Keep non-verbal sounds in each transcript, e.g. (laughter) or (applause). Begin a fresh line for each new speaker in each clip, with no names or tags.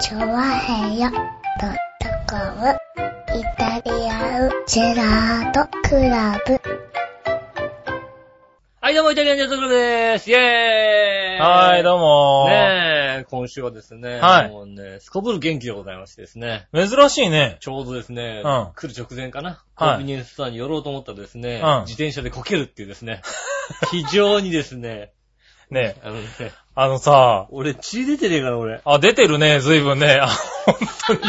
チョワヘヨドットコムイタリアンジェラートクラブ。
はい、どうも、イタリアンジェットクラブでーす。イェーイ
はい、どうも、
ねえ、今週はですね、
はい
もうね、すこぶる元気でございましてですね、
珍しいね。
ちょうどですね、
うん
来る直前かな、コ
はい
ンビニエンスストアに寄ろうと思ったらですね、
うん
自転車でこけるっていうですね、 (laughs) 非常にですね、
ね。
あのね、
あのさ、
俺血出てねえから俺。
あ、出てるね、随分ね。あ、本当に。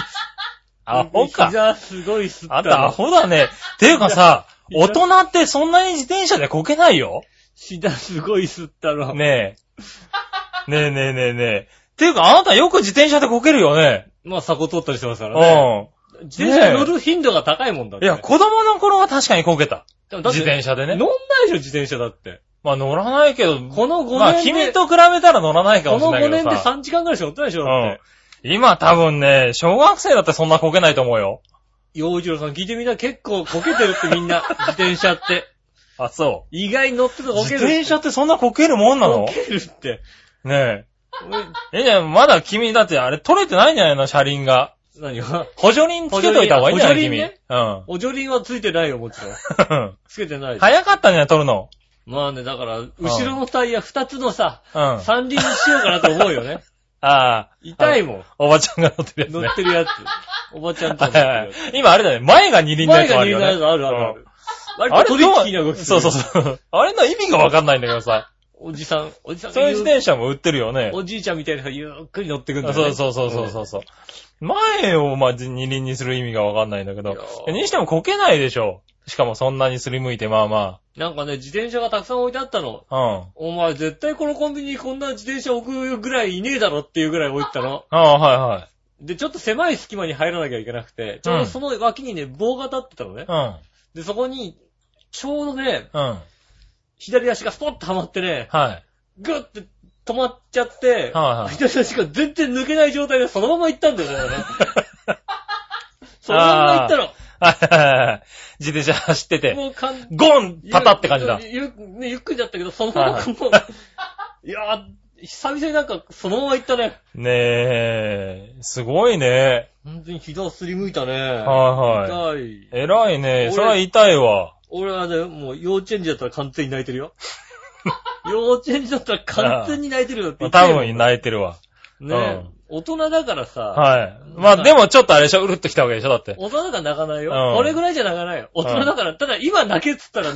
アホか。
膝すごいすったの
あんたアホだね。っていうかさ、大人ってそんなに自転車でこけないよ。
膝すごいすったの。
ねえ。ねえねえねえねえ。っていうか、あなたよく自転車でこけるよね。
まあ、鎖骨取ったりしてますからね。
う
自転車乗る頻度が高いもんだっ
ん。
て。
いや、子供の頃は確かにこけた。
でもだって
自転車で
乗んな
ね。
いでしょ、自転車だって。
まあ乗らないけど、
この5年で。
まあ君と比べたら乗らないか
こ
もし
の
れな
5年
いけど
で
さ。
3時間ぐらいしか乗ってないでしょだって。
うん。今多分ね、小学生だってそんなこけないと思うよ。
洋一郎さん聞いてみたら結構こけてるってみ
(laughs)
んな、自転車って。
あ、そう。
意外に乗ってるとこ
自
ける。
転車ってそんなこけるもんなの
こけるって。
ねえ。え、じゃあまだ君、だってあれ取れてないんじゃないの車輪が。
何が
補助輪つけといた方がいいんじゃない
補助
君。
輪ね
う
おじょりんはついてないよ、もちろん。
ん。 (laughs)
つけてない。い。
早かったね、取るの。
まあね、だから、後ろのタイヤ2つのさ、
うん。あ
三輪にしようかなと思うよね。
あー、
痛いもん。
おばちゃんが乗ってる
乗
や
ってるやつ。おばちゃんと乗
つ
って
ね。
る
は
や
いはい今あれだね、前が二
つ。
輪のや
前
つ
が
あ
2
る
輪
よ
のや
ね。
つあるあるある。割とト
どう
リッキーな動きす
そう
る
そうそう。あれの意味がわかんないんだけどさ。
おじさん、おじさん
そう
が
いう
ゆ
自
う
転車も売ってるよね。
おじいちゃんみたいな人がゆっくり乗ってくんだよね
そうそうそうそうそうそう。前をまあじ二輪にする意味がわかんないんだけ
いや
ど。
ー
にしてもこけないでしょ。しかもそんなにすりむいてまあま
なんかね、自転車がたくさん置いてあったの。
あ。うん。
お前絶対このコンビニにこんな自転車置くぐらいいねえだろっていうぐらい置いてたの。
ああ、はいはい。
で、ちょっと狭い隙間に入らなきゃいけなくて、ちょうどその脇にね、棒が立ってたのね。
う
で、そこに、ちょうどね、
ん。うん。
左足がスポッとはまってね、
はい。
ぐっって止まっちゃって、
はいはい
左足が全然抜けない状態でそのまま行ったんだよね。そのまま行ったの。
はいはいはい。自転車走ってて、
もう完
ゴンパタって感じだ。
ゆゆゆねゆっくりだったけど、そのまま
はい
もう、いやー、久々になんかそのまま行ったね。
ねえ、すごいね。
本当に膝をすりむいたね。
はいは
痛
い。
い。
偉いね
俺。
それは痛いわ。
俺はね、もう幼稚園児だったら完全に泣いてる
(laughs)
よ。幼稚園児だったら完全に泣いてるよって
ま
言
あ
って
多
るよ
分泣いてるわ。
ねえ、大人だからさ、
はい。まあでもちょっとあれでしょ、うるっときたわけでしょ、だって。
大人だから泣かないよ。
うん
俺ぐらいじゃ泣かないよ。大人だから、ただ今泣けっつったら、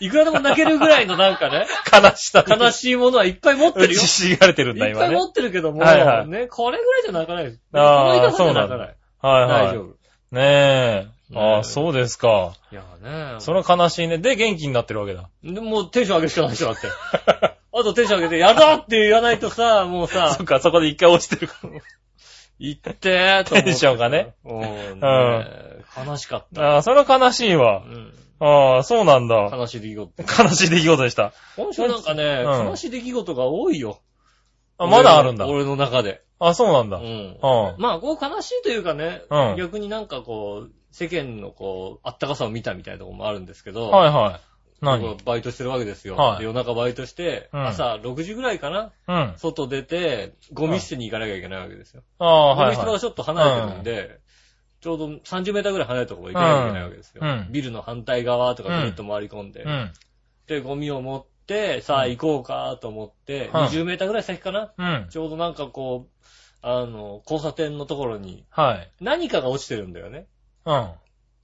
いくらでも泣けるぐらいのなんか
(laughs)
ね、
悲しさ。
悲
し
しいものはいっぱい持って
(laughs) 打
る
ち
よ。
ひしがれてるんだ、
いっ
今
ぱい
ね。
持ってるけども、
はいはい
ね、これぐらいじゃ泣かないです。
あー
この痛さじゃ泣かない。
はいはい。
大丈夫。
夫。ねえ。
ね
あ
え
あ、そうですか。
いやね
それは悲しいね。で、元気になってるわけだ。
でもうテンション上げるしかないでしょ、だって。あとテンション上げて、やだって言わないとさ、もうさ
(laughs) (laughs) そっ、か、そこで一回落ちてるから。
行ってーと思って。
テンションがね。
うん。ね悲しかっ
ああ、それは悲しい
た。う
わ。
ん。
ああ、そうなんだ。
悲しい出来事。
悲しい出来事でした。
今週なんかね、
うん
悲しい出来事が多いよ。
あ、まだあるんだ。
俺の俺の中で。
あ、そうなんだ。
う
うん。
ん。
あ
まあ、こう悲しいというかね、
うん
逆になんかこう、世間のこう、あったかさを見たみたいなところもあるんですけど、
はいはい。何
僕バイトしてるわけですよ。
はい
で夜中バイトして、
うん
朝6時ぐらいかな、
うん。
外出て、ゴミ捨てに行かなきゃいけないわけですよ。
ああ、
ゴ
は
ミ
い
捨て場が
はい。
ちょっと離れてるんで、ちょうど30メーターぐらい離れたところに行かなきゃいけないわけですよ
うんう。ん
ビルの反対側とかぐるっと回り込んで
う、ん。
で、ゴミを持って、さあ行こうかと思って、
はい
20メーターぐらい先かな、
うん。
ちょうどなんかこう、あの、交差点のところに
はい。
何かが落ちてるんだよね。
うん。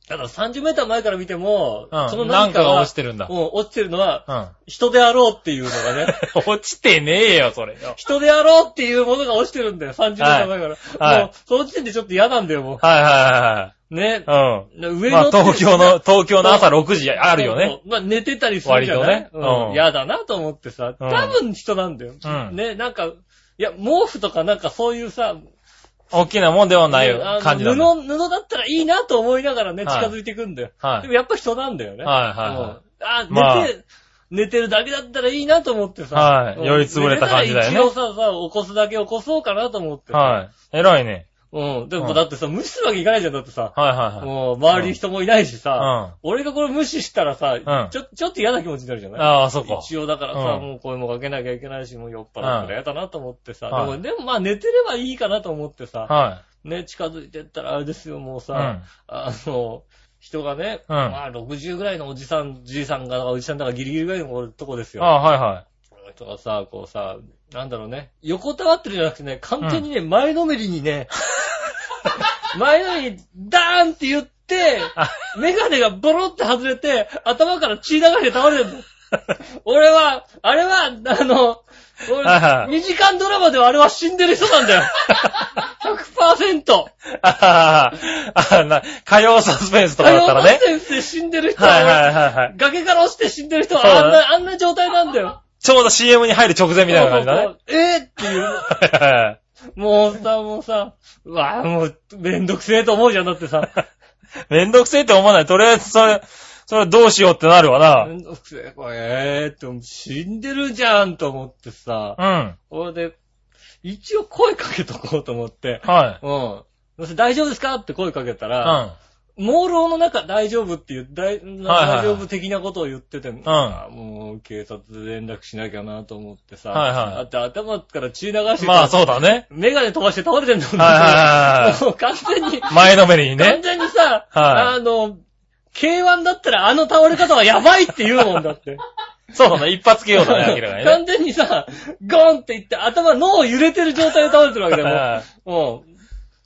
ただ30メーター前から見ても、その
うん。な
何
ん
か
か
が
が
落
落
ち
ち
て
てるんだ
る。。うん、落ちてるのは
うん。
人であろうっていうのがね、
落ちてねえよ、それよ。
人であろうっていうものが落ちてるんだよ、30メーター前から。
はい
もう、その時点でちょっと嫌なんだよ、も
はいは
う。ね
い。は
上
いはい。うん。
に
まあ
乗ってる
東京の、東京の朝6時あるよね。。
まあ寝てたりするじゃない
割とね
う。
うんん
嫌だなと思ってさ、
うん
多分人なんだよ。
うん
ね、なんか、いや、毛布とかなんかそういうさ、
大きなもんではない
あの
感じなんだ。
布、布だったらいいなと思いながらね、
はい
近づいていくんだよ。
は
で
い。
もやっぱ人なんだよね。
はいは
うんあ、寝て、
まあ
寝てるだけだったらいいなと思ってさ。
はい
うん
酔いつぶれた感じだよね
寝てたら一応さ、さ、起こすだけ起こそうかなと思って
いはい。はい。偉いね。
うん。で
う
も
ん
だってさ、無視するわけいかないじゃん。だってさ、
はいはいはい。
もう周りに人もいないし
うん。
さ、
あ
俺がこれ無視したらさ、
ん
ちょちょっと嫌な気持ちになるじゃない
あー、そっか。
一応だからさ、
うん
もう声もかけなきゃいけないし、もう酔っ払ったら嫌だなと思ってさ、
はい
でも、でもまあ寝てればいいかなと思ってさ、
は
ね、近づいてったらあれですよ、もう
い。
さ、
うん。はい
あの、人がね、
うん
まあ60ぐらいのおじさん、じいさんが、おじさんだからギリギリぐらいのとこです
あ
よ。
あー、はいはい。
この人がさ、こうさ、なんだろうね、横たわってるじゃなくてね、完全にね、前のめりに
(laughs)
ね、前のめりにダーンって言って、
あ、
メガネがボロって外れて、頭から血流れて倒れてるの。俺は、あれは、あの、俺
はいはい
2時間ドラマではあれは死んでる人なんだ
(laughs)
よ。100%。
あーあー、な、火曜サスペンスとか
太
だった
陽
らね。
先生死んでる人
はいはい
は、
はいはい。
崖から落ちて死んでる人は
そうだ
あん
ね
な、あんな状態なんだよ。
ちょうど CM に入る直前みたいな感じだね。
そうそうそうえーっていう。
はいはいはい
もうさ、もうさ、うわあもう、めんどくせえと思うじゃん、だって
(laughs)
さ。
めんどくせえって思わない。とりあえず、それ、それどうしようってなるわ
めんどくせえ、これ、えーって、死んでるじゃん、と思ってさ。
な。
これで、一応声かけとこうと思って
う、ん。はい。
うん。そして大丈夫ですかって声かけた
う
ら、
ん。
朦朧の中大丈夫っていう、大大丈夫的なことを言ってて、あーもう警察で連絡しなきゃなと思ってさ、
はいはい
だって頭から血流してて、
まあそうだね。
メガネ飛ばして倒れてんだもんね
はいはいはいはい
もう完全に、
前のめりに
完
ね。
全にさ、
はい
あの、K1 だったらあの倒れ方はやばいって言うもんだって。
そうだね。一発系ようだね、明らかに (laughs) ね。
完全にさ、ゴーンっていって頭脳揺れてる状態で倒れてるわけだよ。もう
はい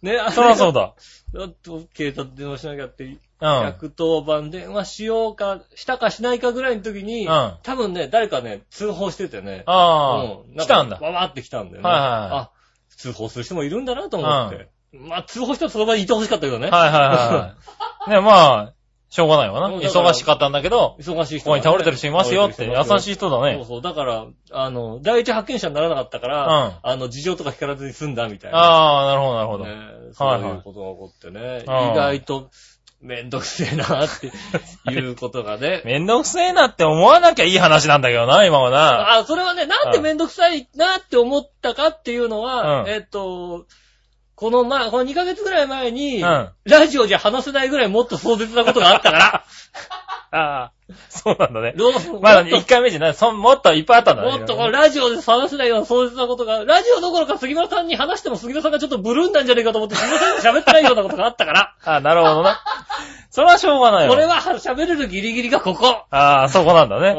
うん。ね、あ
(laughs) そりゃそう
だ。
だ。
だと警察電話しなきゃって、
うん。
110番電話しようか、したかしないかぐらいの時に、
うん
多分ね、誰かね、通報しててね。
あ
う
あ、来たん
な
だ。
かわわって来たんだよね。
はいはいはい
あ、通報する人もいるんだなと思って。まあ、通報したらその場にいてほしかったけどね。
はいはいはい。ね、まあ、しょうがないわな。
うんだから
忙しかったんだけど、
忙しい人
ここに倒れてる人いますよって、優し
い
い人だ
人。そう
ね。
そう。だから、あの、第一発見者にならなかったから、
うん
あの、事情とか聞からずに済んだみたいな。
ああ、なるほど、なるほど。
ねえそういうことが起こってね、意
はいはい
外とめんどくせえなっていうことがね。
(laughs) めんどくせえなって思わなきゃいい話なんだけどな、今はな。
あ、それはね、なんでめんどくさいなって思ったかっていうのは
う、ん
えっと、この前、この2ヶ月ぐらい前に、
うん
ラジオじゃ話せないぐらいもっと壮絶なことがあったから、
(laughs) ああ、そうなんだね。
どう
まだ
もっと
1回目じゃない。そんもっといっぱいあったんだね。
もっとこのラジオで話せないような壮絶なことが、ラジオどころか杉村さんに話しても杉村さんがちょっとブルーンなんじゃねえかと思って杉村さんに喋ってないようなことがあったから、
ああ、なるほどな。それはしょうがないわ。
これは喋れるギリギリがここ。
ああ、そこなんだ
う
ね。
ん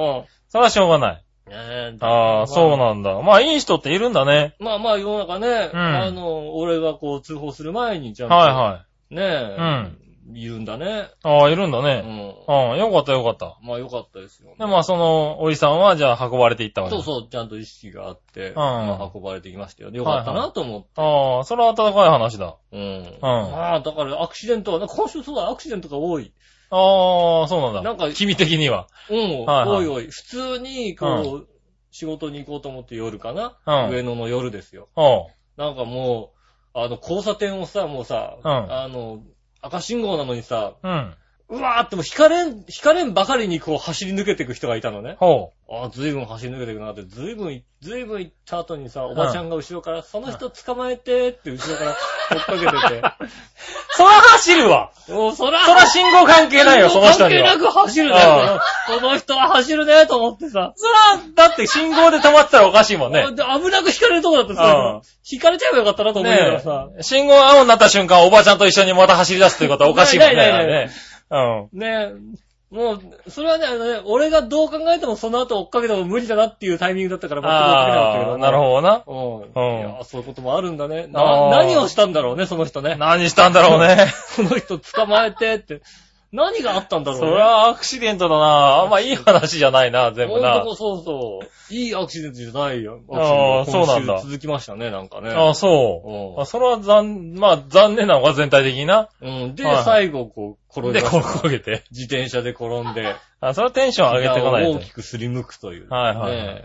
それはしょうがない。
ねえ
ああ、そうなんだ。まあ、いい人っているんだね。
まあまあ世の中ね、
うん
あの、俺がこう通報する前に、ちゃんと、
はいはい。
ね
う
え、
ん。
いるんだね。
ああ、いるんだ
う
ね。
ん。
うん、よかったよかった。
まあよかったですよ、ね。
で、まあ、その、おじさんは、じゃあ、運ばれていったわけ。
そうそう、ちゃんと意識があって、
ん
まあ運ばれてきましたよ。よかったなと思って。
ああ、それは温かい話だ。
うん。
うん
まあ、だから、アクシデントは、なんか今週そうだ、アクシデントが多い。
ああ、そうなんだ。
なんか
君的には。
うん、
はい
多
はい
い多い。普通に、こう、仕事に行こうと思って夜かな、
うん
上野の夜ですよ。
うん。
なんかもう、あの、交差点をさ、もうさ、
うん
あの、赤信号なのにさ、
うん。
うわーってもう引かれん、引かれんばかりにこう走り抜けていく人がいたのね。
ほ
ああ、ずいぶん走り抜けていくなって、ずいぶん、ずいぶん行った後にさ、おばちゃんが後ろから、その人捕まえてって後ろから (laughs) 追っかけ
う。そら走るわ (laughs)
てて、もうそら、
そら信号関係ないよ、その人には。
関係なく走るね。この人は走るね、と思ってさ。
そら、だって信号で止まってたらおかしいも
(laughs)
んね。
で危なく引かれるとこだった
うん
さ、引かれちゃえばよかったなと思うから
ね
さ。
え。信号青になった瞬間、おばちゃんと一緒にまた走り出すっていうことはおかしいもんね。
(laughs) ないないない
あれねうん。
ねえ、もう、それはね、あのね俺がどう考えてもその後追っかけても無理だなっていうタイミングだったから、
ああ、なる
ど。
ほどな。
うん。い
うん
や、そういうこともあるんだね。
あ
な
ー
何をしたんだろうね、その人ね。
何したんだろうね。
その人捕まえてって。何があったんだろう
そ
ね。
りゃアクシデントだな。あんまいい話じゃないな、全部
ほん
な
と。そうそう。いいアクシデントじゃないよ。
あー
アクシデント
そうなんだ
今週続きましたね、なんかね。
ああ、そうう。
ん
あそれは残、まあ残念なのが全体的にな。
うん。で、
はいはい
最後、こう、転ん
で、
で、
こう焦げて。
自転車で転んで、
あ、それはテンション上げていかない
膝を大
と
き。くすりむくという。
はいはいはい
ね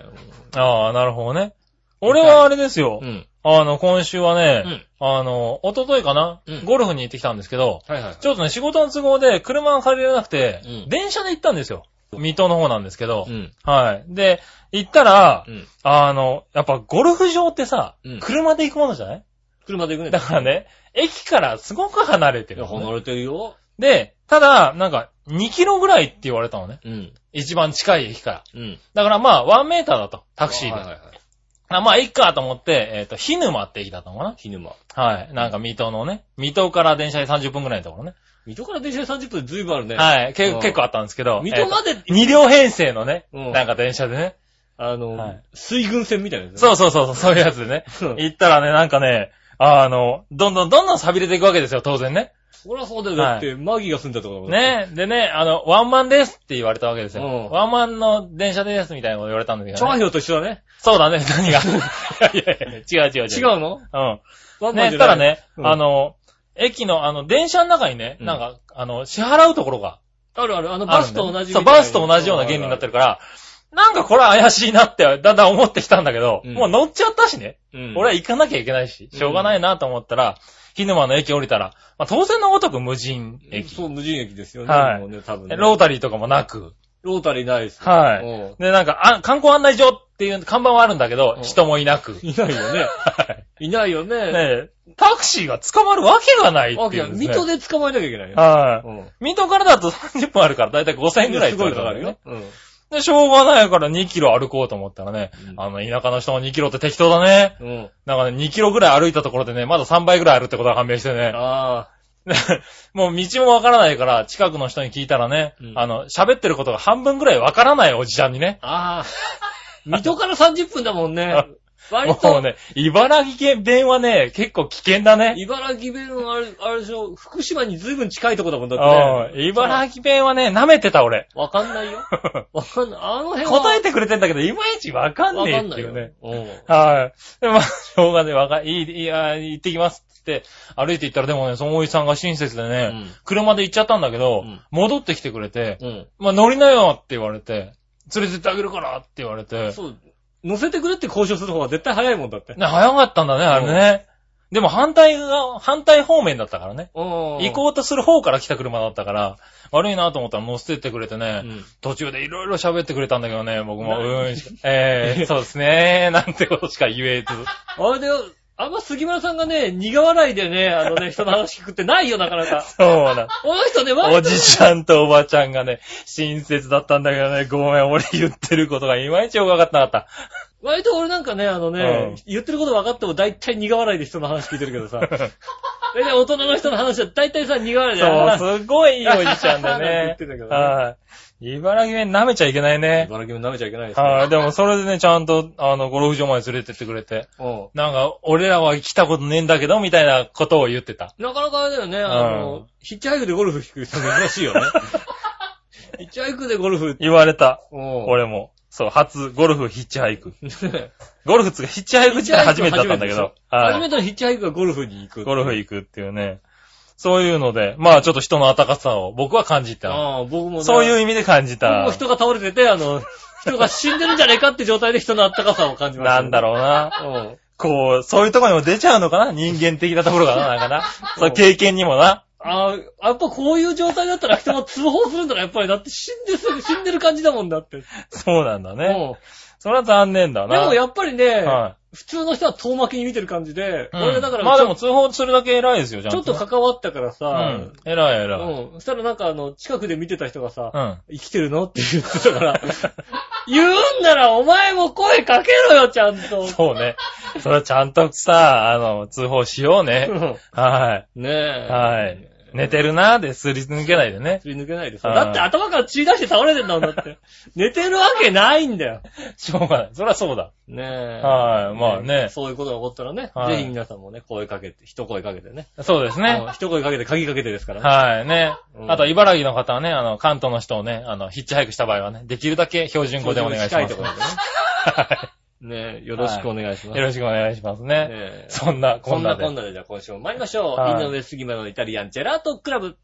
ああ、なるほどね。俺はあれですよ
う。ん。
あの、今週は
う
ね、
ん。
あの、一昨日かな
うん
ゴルフに行ってきたんですけど、
はいはい。
ちょっとね、仕事の都合で車が借りれなくて
うん、
電車で行ったんですよ。水戸の方なんですけど
う。ん。
はい。で、行ったら
う、ん。
あの、やっぱゴルフ場ってさ
うん、
車で行くものじゃない
車で行くね。
だからね、駅からすごく離れて
い
る
や、
のね、
離れてるよ。
で、ただ、なんか、2キロぐらいって言われたのね。
うん。
一番近い駅から。
うん。
だからまあ、1メーターだと、タクシーで。
はいはいはい。
あまあ、いっかと思って、えっ、と、日沼って駅だったのかな
ひぬま。
はい。なんか、水戸のね、水戸から電車で30分ぐらいのところね。
水戸から電車で30分ずいぶんあるね。い。
はい。け
うん
結構あったんですけど。
水戸まで、
2両編成のね、
うん
なんか電車でね。
あの、
はい
水軍船みたいなやつね
そうそうそうそう、そういうやつでね。
(laughs) うん
行ったらね、なんかね、あの、どんどんどんどん錆びれていくわけですよ、当然ね。
そりゃそうだよ。だって、マギーが住んだところだもん。
ね。でね、あの、ワンマンですって言われたわけですよ。
うん
ワンマンの電車ですみたいなこと言われたんだけ
チョ
ど、
ア
ね。
ヒョウと一緒だね。
そうだね、
(laughs)
何が。いやいやいや、違う違う
違
違う。
うの
うん。
ワンマン
ね、
じゃ
た
な
ら
い
ね、
うん
あの、駅の、あの、電車の中にね、
うん
なんか、あの、支払うところが
あるある、あの、
あ
バ
る
ス
んだよ
と
ね
同じ。
そう、バスと同じような原理になってるから、なんかこれは怪しいなって、だんだん思ってきたんだけど、
うん
もう乗っちゃったしね、
る。うん。
俺は行かなきゃいけないし、しょうがないなと思ったら、日沼の駅降りたら、まあ当然のごとく無人駅。
そう、無人駅ですよね。
はい
もうね、多分ね。
えロータリーとかもなく、
ロータリーないですよ。
はい
うん
で、なんか、あ、観光案内所っていう看板はあるんだけど
う、ん
人もいなく。
いないよね。
(laughs) はい
いないよね。
ねえタクシーが捕まるわけがない
わ
って
け
い
や、
う、ね。
水戸で捕まえなきゃいけないよ。
はい。
うん。
水戸からだと30分あるから、だいたい5000円ぐらい
す
取
ごい
れ
か
た
か
ら
る
ね
よ。。うん。
で、しょうがないから2キロ歩こうと思ったらね、
うん
あの、田舎の人の2キロって適当だね。
うん。
なんかね、2キロぐらい歩いたところでね、まだ3倍ぐらいあるってことが判明してね。
ああ。
(laughs) もう道もわからないから、近くの人に聞いたらね、
うん
あの、喋ってることが半分ぐらいわからないおじちゃんにね、
ああ。 (laughs) 水戸から30分だもんね。割
もう
と、
ね、茨城県弁はね、結構危険だね。
茨城弁のあれ、あれでしょ、福島に随分近いとこだもんだって
うん
ね。
茨城弁はね、舐めてた俺。
わかんないよ。わかんない。あの辺は。
(laughs) 答えてくれてんだけど、いまいちわかん
わ
ねえ
か
っ
んな
て
い
いう
よ
ね
ね。。うん。
はい。で、まあ、 (laughs) しょうがね、わか、いい、いい、あー行ってきますって言って、歩いて行ったら、でもね、そのおじさんが親切でね、
うん
車で行っちゃったんだけ
う
ど、
ん
戻ってきてくれて、
うん。
まあ、乗りなよって言われて、連れてってあげるからって言われて、
そう。乗せてくれって交渉する方が絶対早いもんだって。
ね、早かったんだね、あれね。でも反対が、反対方面だったからね。行
行
こうとする方から来た車だったから、悪いなと思ったら乗せてってくれてね、
うん。
途中でいろいろ喋ってくれたんだけどね、僕
な
も、う
(laughs)
ーんしか、えー、そうですねー、なんてことしか言えず。
あれで、あんま杉村さんがね、苦笑いでね、あのね、人の話聞くってないよ、なかな
(laughs)
か。
そうだ。
この人ね、割と
おじちゃんとおばちゃんがね、親切だったんだけどね、ごめん、俺言ってることがいまいちよくわかってなかった。
割と俺なんかね、あのね、
うん
言ってること分かっても大体苦笑いで人の話聞いてるけど
(laughs)
さ。大体大人の人の話は大体さ、苦笑いで。あー
そう、すごいいいおじちゃん
(laughs) な
だ
んて言っ
ね
てたけど。ね
はい。茨城弁舐めちゃいけないね。
茨城も舐めちゃいけないですね。
はい。でもそれでね、ちゃんと、あの、ゴルフ場まで連れてってくれて、
う
なんか、俺らは来たことねえんだけど、みたいなことを言ってた。
んなかなかあれだよね、あの、
うん
ヒッチハイクでゴルフ弾く人珍しい
(laughs)
よね。ヒッチハイクでゴルフ、
言われた。
うん
俺も。そう、初、ゴルフヒッチハイク。
ね
ゴルフつうか、ヒッチハイク自体初めてだったんだけど。はい
初めてのヒッチハイクがゴルフに行く。
ゴルフ行くっていうね。そういうので、まあちょっと人の温かさを僕は感じた。
ああ、僕もね
そういう意味で感じ
僕も
た。
人が倒れてて、あの、人が死んでるんじゃねえかって状態で人の温かさを感じました、
なんだろうな。
ろう。
こう、そういうとこにも出ちゃうのかな人間的なところがな、なんかな。そう、経験にもな。
ああ、やっぱこういう状態だったら人が通報するんだな、やっぱり。だって死んですぐ、死んでる感じだもんだって。
そうなんだね。
うん
それは残念だ
で
な。
もやっぱりね、
は
普通の人は遠巻きに見てる感じで、
い。
俺だか
う
ら
んまあ
ち
で
ょ
も通報するだけ偉いですよ、ちゃん
ちょ
と
っと関わったから
う
さ、
ん。偉い偉い。
うん。そしたらなんかあの、近くで見てた人がさ、
うん。
生きてるのって言ってたから、 (laughs) 言うんならお前も声かけろよ、ちゃんと。
そうね。それはちゃんとさ、あの、通報しようね。は
うんね
い。
え。
はい。寝てるなーですり抜けないでね。
すり抜けないでさ。
はい
だって頭から血出して倒れてんだもん、だって。寝てるわけないんだよ。
しょうがない。それはそうだ。
ねえ。
はいまあね
そういうことが起こったらね、
はい
ぜひ皆さんもね、声かけて、一声かけてね。
そうですね
うん。一声かけて、鍵かけてですからね。
はい、ね
う。ん
あと、茨城の方はね、あの、関東の人をね、あの、ヒッチハイクした場合はね、できるだけ標準語でお願いし
近
ま
い
す
とこ。ろでね。
は
ねえ、よろしくお願いしま
い
す。
よろしくお願いします
ね
ね。
え
そんな、こ
こ
ん
ん
な
な
で
こん。なで、じゃあ今週も参りましょう。
はい
井上杉村のイタリアンジェラートクラブ。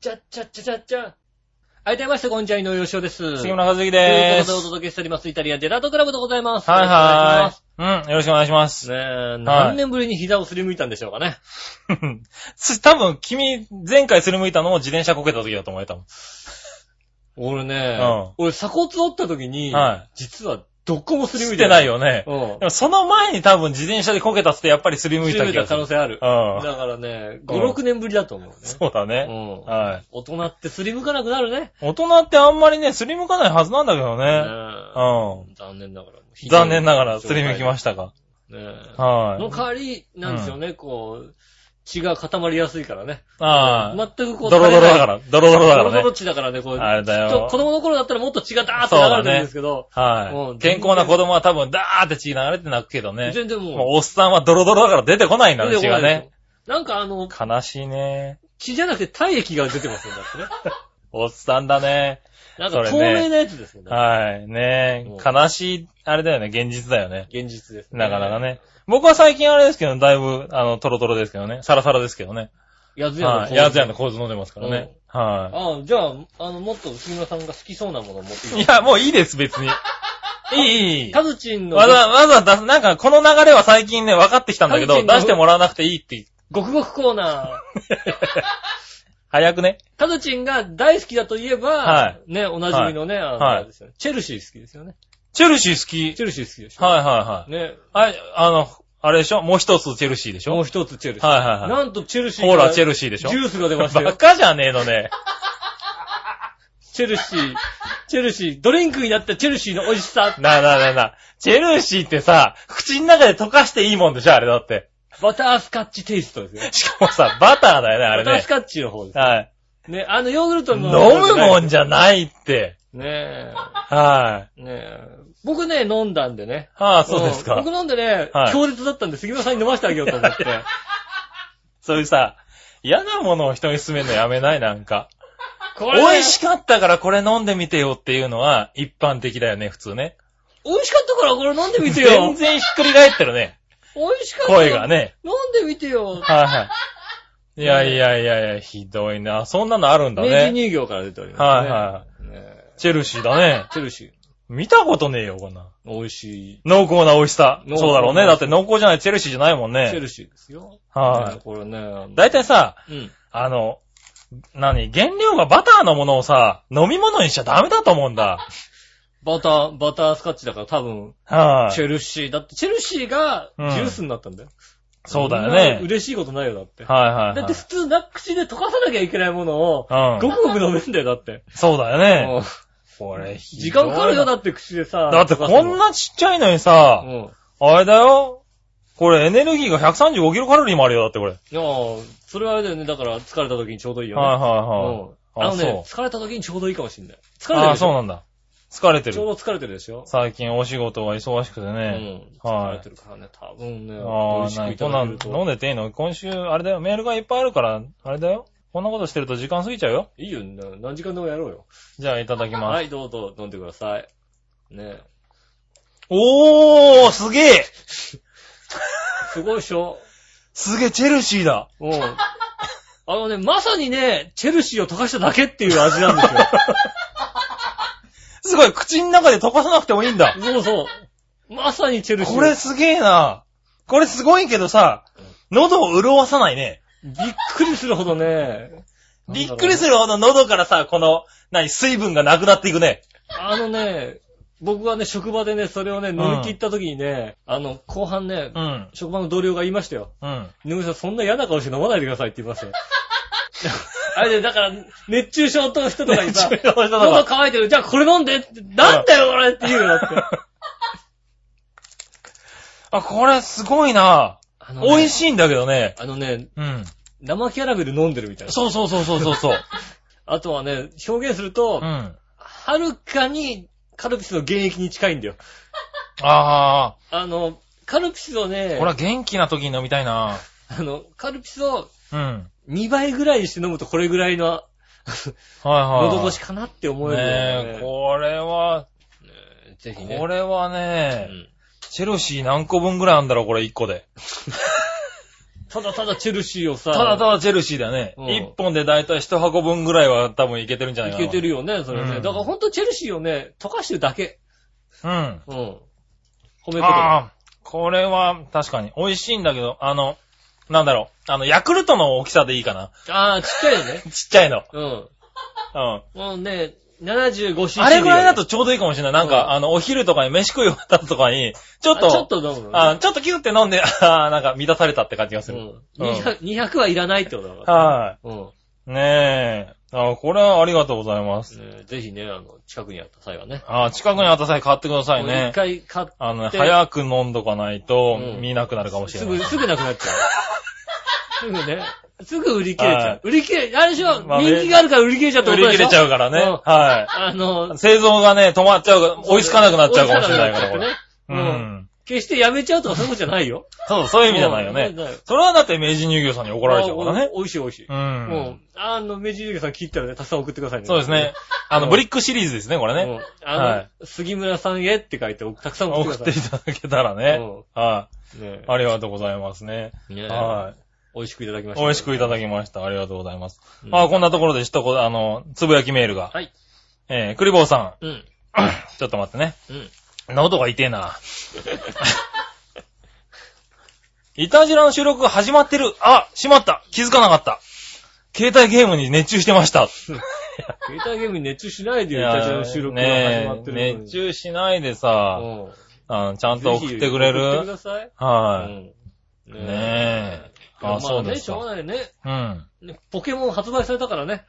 チャッチャッチャチャッチャ。あいてまして、こんにちは、井上洋です。
杉村和之
という
で
ことでお
す。
届けしております、イタリアンジェラートクラブでございます。
はい
よろしくお願
はい
いします。
うん、よろしくお願いします。
ねえ、何年ぶりに膝をすりむいたんでしょうかね。
(laughs) す多分、君、前回すりむいたのも自転車こけた時だと思えたもん。
俺ね、
うん
俺鎖骨折った時に、
はい
実はどこもすりむ
し
いて
てない
よ。
よね。
うん
で。もその前に多分自転車でこけたっつってやっぱりすりむい
すり
た
むい
気が
た
す
可
る
能。性ある。
うん。
だからね、5、
うん
6年ぶりだと思うね。
そうだね。
うん。
はい。
大人ってすりむかなくなるね。
大人ってあんまりね、すりむかないはずなんだけどね。
ねえ残念ながら。
うん。残念ながらすりむきま
し
したが。
た。ねえ
は
の
い。
代わり、なんですよね、こう、血が固まりやすいからね。
ああ。
全くこう、
ドロドロだ
ら。
から。ドロドロだ
ドロド
から
ロ
ね。
血だからね、こう、
あれ
き
だ
っと
よ
子。供の頃だったらもっと血がダーッと流れてるんですけど、う
は
ん
い。健康な子供は多分ダーって血流れて泣くけどね。
全然も
もう
う、
おっさんはドロドロだから出てこないんだね、
出て
血
こな
が
いです
ね
よ。なんかあの、
悲しいね。
血じゃなくて体液が出てますよ、だって
(laughs)
ね。
おっさんだね。
なんか透
それね
明なやつですよね。
はい。ね
うん
え。悲しい、あれだよね。現実だよね。
現実ですね。
なかなか。ね。僕は最近あれですけど、だいぶ、あの、トロトロですけどね。サラサラですけどね。
やずやの
はい。やつやの構図飲んでますからね。は
ああ、じゃあ、あの、もっと杉村さんが好きそうなものを持ってき
い。
て
いや、もういいです、別
(laughs)
に。いい、いい。
カズチンの
わざわざ出す、なんかこの流れは最近ね、分かってきたんだけ
最
ど、
近
出
の
してもらわなくていいって、
ごくごくコーナー。
早くね。
カズチンが大好きだといえば、
は
ね、おなじみのね、あの、
はい
あれですよねチェルシー好きですよね。
チェルシー好き。
チェルシー好きでしょ。
はいはいはい。
ね、
はい、あの、あれでしょもう一つチェルシーでしょ
もう
はい
一つチェルシー。
はいはい。
なんとチェルシー
ほら、チェ
ル
ルシーでしょ
ジュースが出ました
バ
よ。
カじゃねえのね。
チェルシー、チェルシー、ドリンクになったチェルシーの美味しさ。
なあなあなあなあ。チェルシーってさ、口の中で溶かしていいもんでしょあれだって。
バタースカッチテイストですよ。
しかもさ、バターだよね、あれ
バター
ね
ス。カッチの方です。
はい。
ね、あのヨーグルト
飲
の。
むもんじゃ
い。
ないって。
ね
は
え、ねえ。僕ね、飲んだんでね。
い。はあ、そうです
ん
か。
僕飲んでね、
はい
強烈だったんで杉村さんに飲ませてあげようと思
(laughs)
って。
そういうさ、嫌なものを人に勧めるのやめない、なんか。
これね
美味しかったからこれ飲んでみてよっていうのは一般的だよね、普通ね。
美味しかったからこれ飲んでみてよ
全。然ひっくり返って
(laughs)
るね、
美味しかった。
声が。ね。
飲んでみてよ。
はいはい。いやいやいやいや、ひどいな。そんなのあるんだ
明治
ね。
乳業から出ております、
は
ね。。
いはい
ねえ
チェルシーだね。
チェルシー。
見たことねえよ、こんなん。
美味しい。
濃厚な美味しさ。
濃厚な
そうだろうね。だって濃厚じゃない、チェルシーじゃないもん
チェル
ね。
シーですよ。
はい
ねこれね。
だいたいさ、
うん。
あの、何原料がバターのものをさ、飲み物にしちゃダメだと思うんだ。
バター、バタースカッチだから多分、
はい
チ。ェルシー。だって、チェルシーがジ
うん
ュースになったんだよ。
そうだよ
そんな
ね。
嬉しいことないよ、だって。
はいはい
だっ
は
て普通な、口で溶かさなきゃいけないものを、
い。う
ご
ん。
くごく飲めんだよ、だって。
そうだよね。
うん
これ、
時間かかるよ、
だ
だって口でさ。
だってこん
溶か
なちっちゃいのに
す
さ、
の。うん。
あれだよ。これエネルギーが135キロカロリーもあるよ、だってこれ。
いやーそれはあれだよね。だから、疲れた時にちょうどいいよね。
はい
うん
はい
あ
はい。
の
あ、
ね
そ、
疲れた時にちょうどいいかもしんない。疲
う。
れてる
あ、
でし
そう
ょ
なんだ。疲れて
ちょう
る。
ど疲れてるでしょ
最近お仕事が忙しくて
う
ね。
ん。疲
は
れ
い
てるからね、多分ね、美
ああ、
味しく
何
いた
こん
だ
な
ける
ん飲
と。
んでていいの今週、あれだよ、メールがいっぱいあるから、あれだよ。こんなことしてると時間過ぎちゃうよ。
いいよ、な何時間でもやろうよ。
じゃあいただきま
は
す。
い、どうぞ飲んでください。ねえ
おー、すげえ
すごいっしょ。
すげえ、チェルシーだ。 (laughs)
うん。あのね、まさにね、チェルシーを溶かしただけっていう味なん
(laughs)
ですよ。
すごい、口の中で溶かさなくてもいいんだ。
そうそう。まさにチェルシー。
(laughs) これ、すげえな。これすごいけどさ、喉を潤わさないね。
びっくりするほどね。
びっくりす
る。
るほど喉からさ、この、何、水分がなくなっていくね。
あのね、僕はね、職場でね、それをね、
ん
飲み切った時にね、あの、後半ね、
ん。
職場の同僚が言いましたよ。
うん。
井上さん、そんな嫌な顔して飲まないでくださいって言いました
(laughs)
よ。あれで、だから、熱中症の人とかにさ、
熱中症の人とか
喉乾いてる、じゃあこれ飲んでって、なんだよこれって言うよだって。
(laughs) あ、これすごいな。
あのね
美味しいんだけどね。
あのね、
うん。
生キャラメル飲んでるみたいな。
そうそうそうそうそう (laughs) そう。
あとはね、表現すると
う、ん。
はるかにカルピスの原液に近いんだよ。
あ
あの、カルピスをね
ー、これ、は元気な時に飲みたいな。
あの、カルピスを
うん。はい
2倍ぐらいにして飲むとこれぐらいの
はい。
喉越しかなって思えるよ
ねえ、
ね。
これは、
ねぜひね。
これはね
う、ん
チェルシー何個分ぐらいあんだろう、これ1個で。
ただただチェルシーをさ、
ただただチェルシーだよね。
うん
1本でだいたい1箱分ぐらいは多分いけてるんじゃない
い
かな。
けてるよね、それね。
うん
だからほんとチェルシーをね、溶かしてるだけ。
うん。
うん。褒め言葉。
ああ、これは、確かに、美味しいんだけど、あの、なんだろう、あの、ヤクルトの大きさでいいかな。
ああ、ちっちゃいのね。
ちっちゃいの。
うん。
うん。
もうね、75cc。
あれぐらいだとちょうどいいかもしれない。なん
うん
か、あの、お昼とかに飯食い終わった後とかに、ちょっ
あちょっ
と、
と飲むのね。
あちょっとキュって飲んで、 (laughs) あーなんか満たされたって感じがす
う
る。
ん。200 200はいらないってことだから。
は
うん。
い。ねえ。あこれはありがとうございます。
ねぜひね、あの、近くにあった際はね。
あ近くにあった際買ってください
もう
ね
一。回買っ
あの、
で
早く飲んどかないと
う、ん
見なくなるかもしれ
す
ない。
ぐ、すぐなくなっちゃう。す (laughs) ぐね。すぐ売り切れちゃ。
はいう
売り切れ、あれでしょ
まあ
人気があるから売り切れちゃった
売
ことで
り切
しょ
れちゃうからね。
うん
は
あの
い。、製造がね、止まっちゃうから、追いつかなくなっちゃうかもしれないから、こ
追いつかなくなっちゃって
れ
ね。
う
うん。
ん。
決してやめちゃうとかそういうことじゃないよ。
そう、そういう意味じゃないよね。
ね。
それはだって明治乳業さんに怒られちゃうからね。
お美味しい美味しい。
う
も
ん。
う、あの、目尻さん切ったらね、たくさん送ってくださいね。
そうですね。あの、ブリックシリーズですね、これ
う
ね。
ん。あの、
はい
杉村さんへって書いて、たくさん送
送
っ
って
くだ
てい
さい。
ただけたら
う
ね。はい。
んね
ありがとうございますね。
ね
は
美味しくいただきま
い。
した。
美味しくいただきました。ありがとうございます。
うん
あこんなところで一言、あの、つぶやきメールが。
はい。
えー、クリボーさ
うん。
ん。ちょっと待ってね。
うん。
喉が痛えな。イタジラの収録が始まってる。あ、しまった。気づかなかった。携帯ゲームに熱中してました。
携帯ゲームに熱中しないでよ、イタジラの収録が始まってるの
ねえ
に。
熱中しないでさ、
うん
あのちゃんと送ってくれ
送ってく
る
ださい。
は
うん
い。ねえ。
いやま
あ、そうで
ね、
す
しょう
か。
がないね。
うん。
ねポケモン発売されたからね。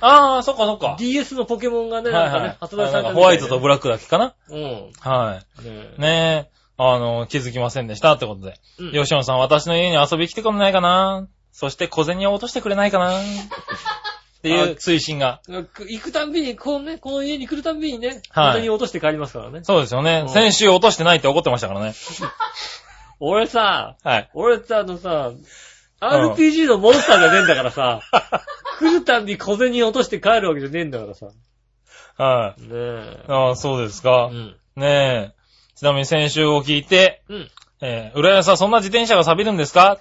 ああ、そっかそっか。
DS のポケモンがね、
は
ないんか
は
ね
い、。
発売さ
な
れ
ん
た
かホワイトとブ
ラ
ラックだっけかな
うん。ね
は
え
い。ねえ。あの、気づきませんでしたってことで。
うん
吉野さん、私の家に遊びに来てくれないかなそして小銭を落としてくれないかなっていう推進が。
行くたんびに、こうね、この家に来るたんびにね、
はい
小銭を落として帰りますからね。
そうですよね
う。ん
先週落としてないって怒ってましたからね。
俺さ、
はい。
俺さ、あのさ、RPG のモンスターじゃねえんだからさ、来るたんび小銭落として帰るわけじゃねえんだからさ。ね
はい。
え。
ああ、そうです
う
か。
ん。
ねえ。ちなみに先週を聞いて、
うん。
えー、浦安はそんな自転車が錆びるんですか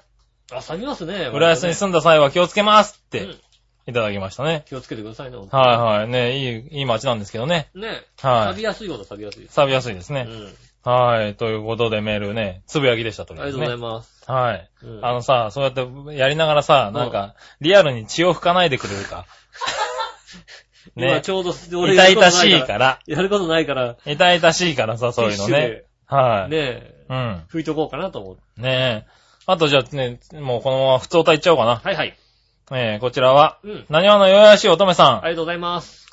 あ、錆びますね。
浦安に
っ
住んだ際は気をつけますっ
う
て
ん
いただきましたね。
気をつけてくださいね。
はいはい。ねいい、いい街なんですけどね。
い。ねえ。
はい
錆びやすいこと錆びやすいです。
錆びやすいです
う
ね。
ん。
はい。ということでメールね、つぶやきでしたと
あ
り
り
あ
が
え
と
ず
うござい
ね。
ます。
はい。
うん
あのさ、そうやってやりながらさ、なんか、リアルに血を吹かないでくれる
(laughs)
か。
今
ね
ち。ょうど俺。
痛々しいからら。
やることないから、
痛々しいからさ、そういうのね。はい。
ティッシュで。ねえ、
うん。
拭いとこうかなと思って。
ねえ。あとじゃあね、もうこのまま普通歌いっちゃおうかな。
はいはい。
ええこちらは、
うん。
何話の弱々しい乙女さん。
ありがとうございます。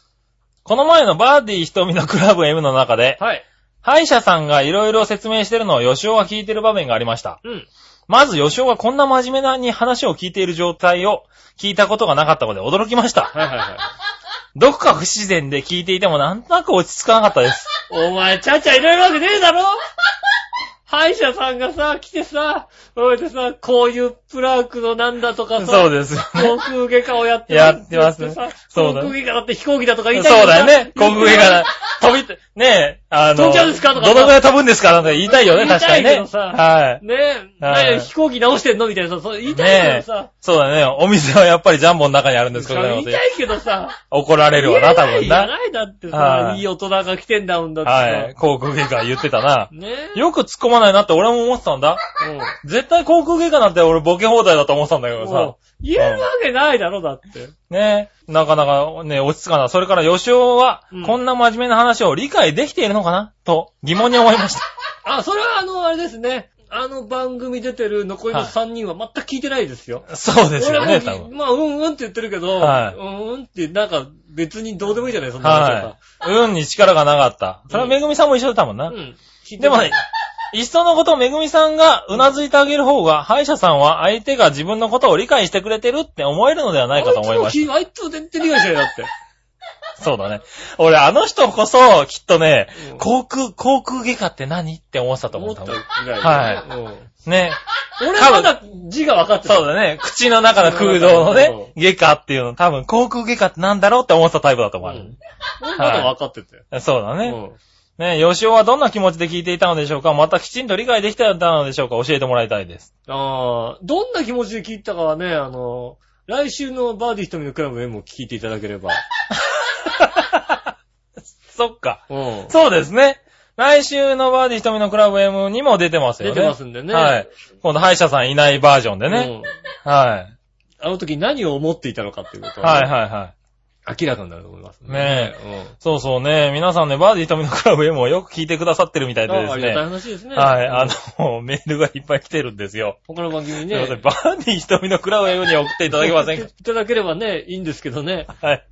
この前のバーディー瞳のクラブ M の中で、
はい。
歯医者さんが色々説明してるのを吉尾が聞いてる場面がありました。
うん。
まず吉尾がこんな真面目なに話を聞いている状態を聞いたことがなかったので驚きました。
はいはいはい。
どこか不自然で聞いていてもなんとなく落ち着かなかったです。
(laughs) お前、ちゃちゃいれるわけねえだろ歯医者さんがさ、来てさ、おいでさ、こういうプラークのなんだとかさ、
そうですよね。
航空外科をやって
やってますね
ってさ
そ
航
うだ
空外科だって飛行機だとか言
そう
いたいけど
だよ
さ
ね。航空外科だ。 (laughs) 飛びて、ねえ、あの、
飛んじゃうんですかとか
どのぐらい飛ぶんですかなんて言いたいよね、
言い
確
た
か
い
に
け
ね
ど。さ
はい。
ねえ、
はい
何飛行機直してんのみたいなさ、そう言いたいけどさ、
そうだね。お店はやっぱりジャンボの中にあるんですけど
言いたいけどさ、
怒られるわな、多分
言え
な。
ないだってさ
は、い
いい大人が来てんだもんだってさ。
はい。航空外科言ってたな。
ねえ。
よく突っ込まないなって俺も思ってたんだ。
うん
絶対航空外科なんて俺ボケ放題だと思ってたんだけどさ
も。う言えるわけないだろ、だって。
ねえ、なかなかね、落ち着かない。それから吉尾は
うん、
こんな真面目な話を理解できているのかなと疑問に思いました。
あ、それはあの、あれですね。あの番組出てる残りの3人は全く聞いてないですよ。
そうですよね、
俺
多
も
分。
まあ、うんうんって言ってるけど、
はい
うんうんって、なんか別にどうでもいいじゃない、そんな話は
は。い。運に力がなかった。それはめぐみさんも一緒だったもんな
う。ん。聞いて
でも
な
ね
い、
いっそのことめぐみさんがうなずいてあげる方が、歯医者さんは相手が自分のことを理解してくれてるって思えるのではないかと思いまし
あいつも聞いあいつも全然理解しないだって。
た。そうだね。俺、あの人こそ、きっとね
うん、
航空、航空外科って何って思ってたと思
思っ
う。
た
多
ぐら
分
いだね。
はい
うん
ね。
俺はまだ字が分かってた。
そうだね。口の中の空洞のね、外科っていうの、多分航空外科ってなんだろうって思ってたタイプだと思
う
わ
ん
れ
俺まだ分かってたよ。
る。そうだ
う
ね。
ん
ね、吉尾はどんな気持ちで聞いていたのでしょうかまたきちんと理解できていたのでしょうか教えてもらいたいです。
ああ、どんな気持ちで聞いたかはね、あの、来週のバーディー瞳のクラブ M を聞いていただければ。
そっか。
うん。
そうですね。来週のバーディー瞳のクラブ M にも出てますよ
出
ね。
てますんでね。
はい。。今度、歯医者さんいないバージョンでね。
ね。
はい。
あの時何を思っていたのかっていうこと
はい
は、
はいはい。
明らかになると思います
ね
え。
そうそうね。皆さんね、バーディー瞳のクラブ M をよく聞いてくださってるみた
う
い
ん。
でで
あ
す
ありが
ね
たい。話ですね。
はい。あの、メールがいっぱい来てるんですよ。
他の番組に
という
ね
こと。で、バーディー瞳のクラブ M に送っていただけません
(laughs) い
か
ただければね、いいんですけど
(laughs)
ね。
はい。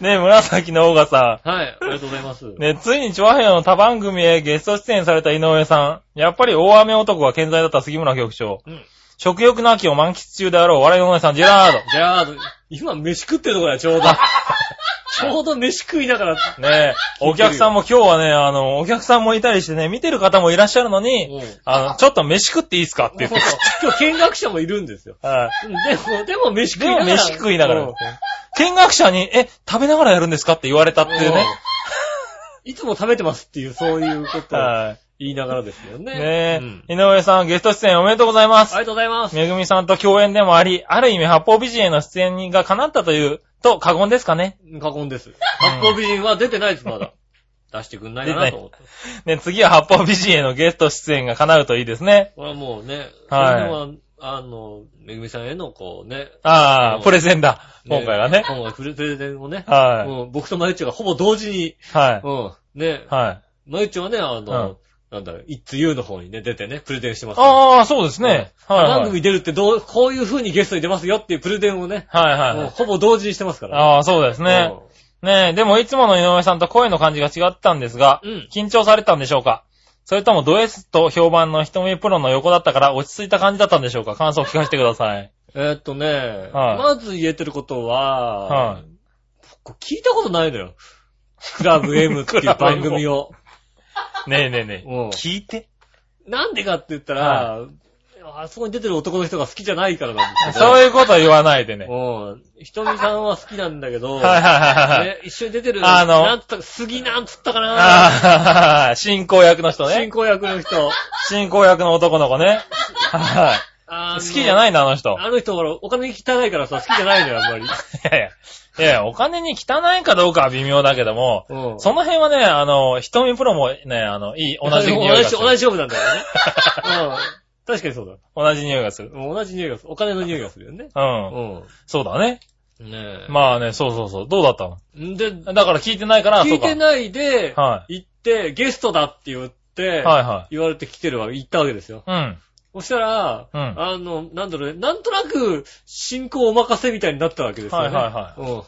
ね、紫のオーガさん。
はい。ありがとうございます。
ね、ついにチョアヘヨの他番組へゲスト出演された井上さん。やっぱり大雨男は健在だった杉村局長。
うん
食欲の秋を満喫中であろう笑いのお姉さん、ジェラ
(laughs)
ー
じゃあ、今飯食ってるとこだよ、ちょうど。
(laughs)
ちょうど飯食いながら。
ド。ねお客さんも今日はね、あの、お客さんもいたりしてね、見てる方もいらっしゃるのに、
うん
あの、ちょっと飯食っていいですかって言って。
今日見学者もいるんですよ。
(laughs) はい。
でも、でも飯食
で
いなが
も
ら。
飯食いながら
うん
ですね。見学者に、え、食べながらやるんですかって言われたっていうね。
いつも食べてますっていう、そういうことを
は
言いながらですよね。
い。ね
うん
井上さん、ゲスト出演おめでとうございま
あ
す
り。がとうございます。
めぐみさんと共演でもあり、ある意味八方美人への出演が叶ったという、と過言ですかね。
過言です。八方美人は出てないです、まだ。出してくんないかなと思って。
ね、次は八方美人へのゲスト出演が叶うといいですね。
これはもうね、
はい
それはあの、めぐみさんへのこうね、
あ
う
あ、
ん
プレゼンだ。
ね
今回はね。
今回プレプレゼンをね、
は
うん僕とマユッチョがほぼ同時に、
い。は
うん、ね
い。、はい。
マユッチョはね、あ
うん
の、なんだろう、いつゆの方にね、出てね、プレゼンしてますから。
ああ、そうですね。はい。
番
はい
組出るってどう、こういう風にゲストに出ますよっていうプレゼンをね、
はい
もう
はい。
ほぼ同時にしてますから。
ああ、そうですね。ねでもいつもの井上さんと声の感じが違ったんですが
う、ん。
緊張されたんでしょうかそれともドエスと評判の瞳プロの横だったから落ち着いた感じだったんでしょうか感想を聞かせてください。
えーっとね、
はい
まず言えてることは、
はい
僕聞いたことないのよ。クラブ M っていう番組
(laughs)
を。
ねえねえねえ
うん。
聞いて。
なんでかって言ったら、
は
あそこに出てる男の人が好きじゃないからなんですけど。
そういうこと言わないでね。
うん。ひとみさんは好きなんだけど、
はいはいはいはい。
ね、一緒に出てる、
あの
なんつったか、杉なんつったかな、
ああ、進行役の人
進
ね。
行役の人。
進行役の男の子ね。はい。
好
(laughs) 好きじゃないいな、あの人。
あの人、ほらお金汚いからさ、好きじゃないのよ、あんまり。
いやいや。いやいや、お金に汚いかどうかは微妙だけども、
うん。
(laughs) その辺はね、あの、瞳プロもね、あの、いい、同じ匂い
同
がす
じ、
る。
同じ勝負なんだよ
(laughs)
ね。うん。確かにそうだ。
同じ匂いがする。
もう同じ匂いがする。お金の匂いがするよね。
う。
うんん。
そうだね。
ねえ。
まあね、そうそうそう。どうだったの
で、
だから聞いてないから、
聞
そう
い
か。
てないで、
は
行って、ゲストだって言って、
い。はいは
言われて来てるわけ、行ったわけですよ。
い。うん。
そしたら、
うん
あの、なんだろうね、なんとなく、進行お任せみたいになったわけですよね。。
はいはいはい
うん。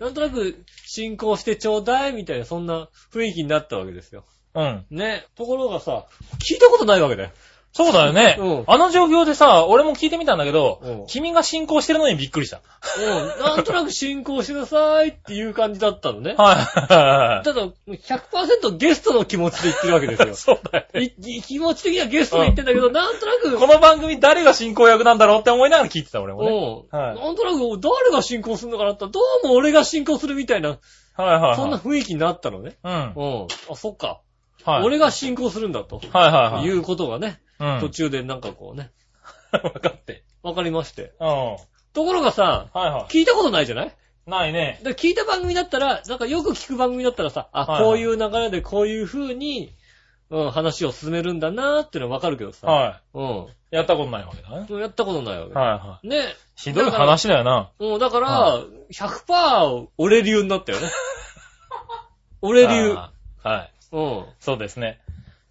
なんとなく、進行してちょうだい、みたいな、そんな雰囲気になったわけですよ。
うん。
ね。ところがさ、聞いたことないわけだよ。
そうだよ
(laughs) う
ね
ん。
あの状況でさ、俺も聞いてみたんだけ
う
ど
ん、
君が進行してるのにびっくりした。
うん。なんとなく進行してくださいっていう感じだったのね。
はいはいはい
ただ、100%ゲストの気持ちで言ってるわけです
はい。
よ。
(laughs) そうだよね。
いい気持ち的にはゲストで言ってんだけど、なんとなく、
この番組誰が進行役なんだろうって思いながら聞いてた、俺もね。
うん、
はい
なんとなく、誰が進行するのかなって、どうも俺が進行するみたいな、
はいはい
そんな
はい。
雰囲気になったのね。
うん。はい。
うん。あ、そっか。
はい
俺が進行するんだと。
はいはい。
いうことがね、
うん。
途中でなんかこうね、
分かって。
わかりまして。
うん。は
ところがさ
い、は
聞いたことないじゃない
い。ないね。
で聞いた番組だったら、なんかよく聞く番組だったらさ、あ、
はい
こういう流れでこういう風に、うん、話を進めるんだなーってのはわかるけどさ、
は
うん。
い。やったことないわけだね。
そうやったことないわけ。
はいは
ね。
い。ひどい話だよな。
もうだから
は、
100%俺流になったよね。俺流。
あーはい。
うん。
そうですね。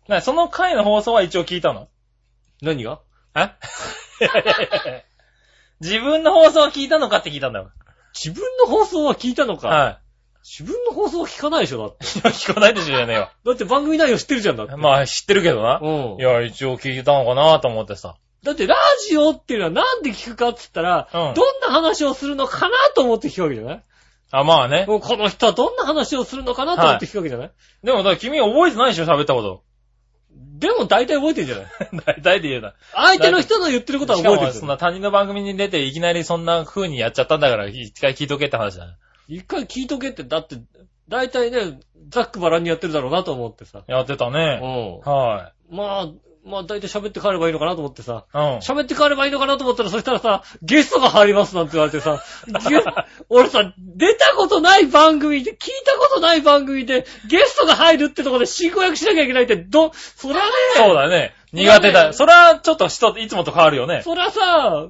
なその回の放送は一応聞いたの
何が
え (laughs) 自分の放送は聞いたのかって聞いたんだよ。
自分の放送は聞いたのか、
は
自分の放送は聞かないでしょだって。
い。いや、聞かないでしょじゃねえわ。
だって番組内容知ってるじゃんだって。
まあ、知ってるけどな。
うん
い。や、一応聞いたのかなと思ってさ。
だってラジオっていうのはなんで聞くかって言ったら、
うん
どんな話をするのかなと思って聞くわけじゃない
あ、まあね。
もうこの人はどんな話をするのかなと思って聞くわけじゃない、
でも、だから君覚えてないでしょ喋ったこと。 (laughs)
でも大体覚えてるじゃない
大体で言うな。
相手の人の言ってることは
しか
覚えて
も、
るじゃ
そん
ない。
な他人の番組に出ていきなりそんな風にやっちゃったんだから、一回聞いとけって話だね。
一回聞いとけって、だって、大体ね、ざっくばらんにやってるだろうなと思ってさ。
やってた
う
ね。
ん。
は
まあ、まあ大体喋って帰ればいいのかなと思ってさ、
うん。
喋って帰ればいいのかなと思ったら、そしたらさ、ゲストが入りますなんて言われてさ、ゲ
(laughs)
俺さ、出たことない番組で、聞いたことない番組で、ゲストが入るってとこで進行役しなきゃいけないって、ど、そりゃね、
そうだね。苦手だ。それはちょっと人、いつもと変わるよね。
そりゃさ、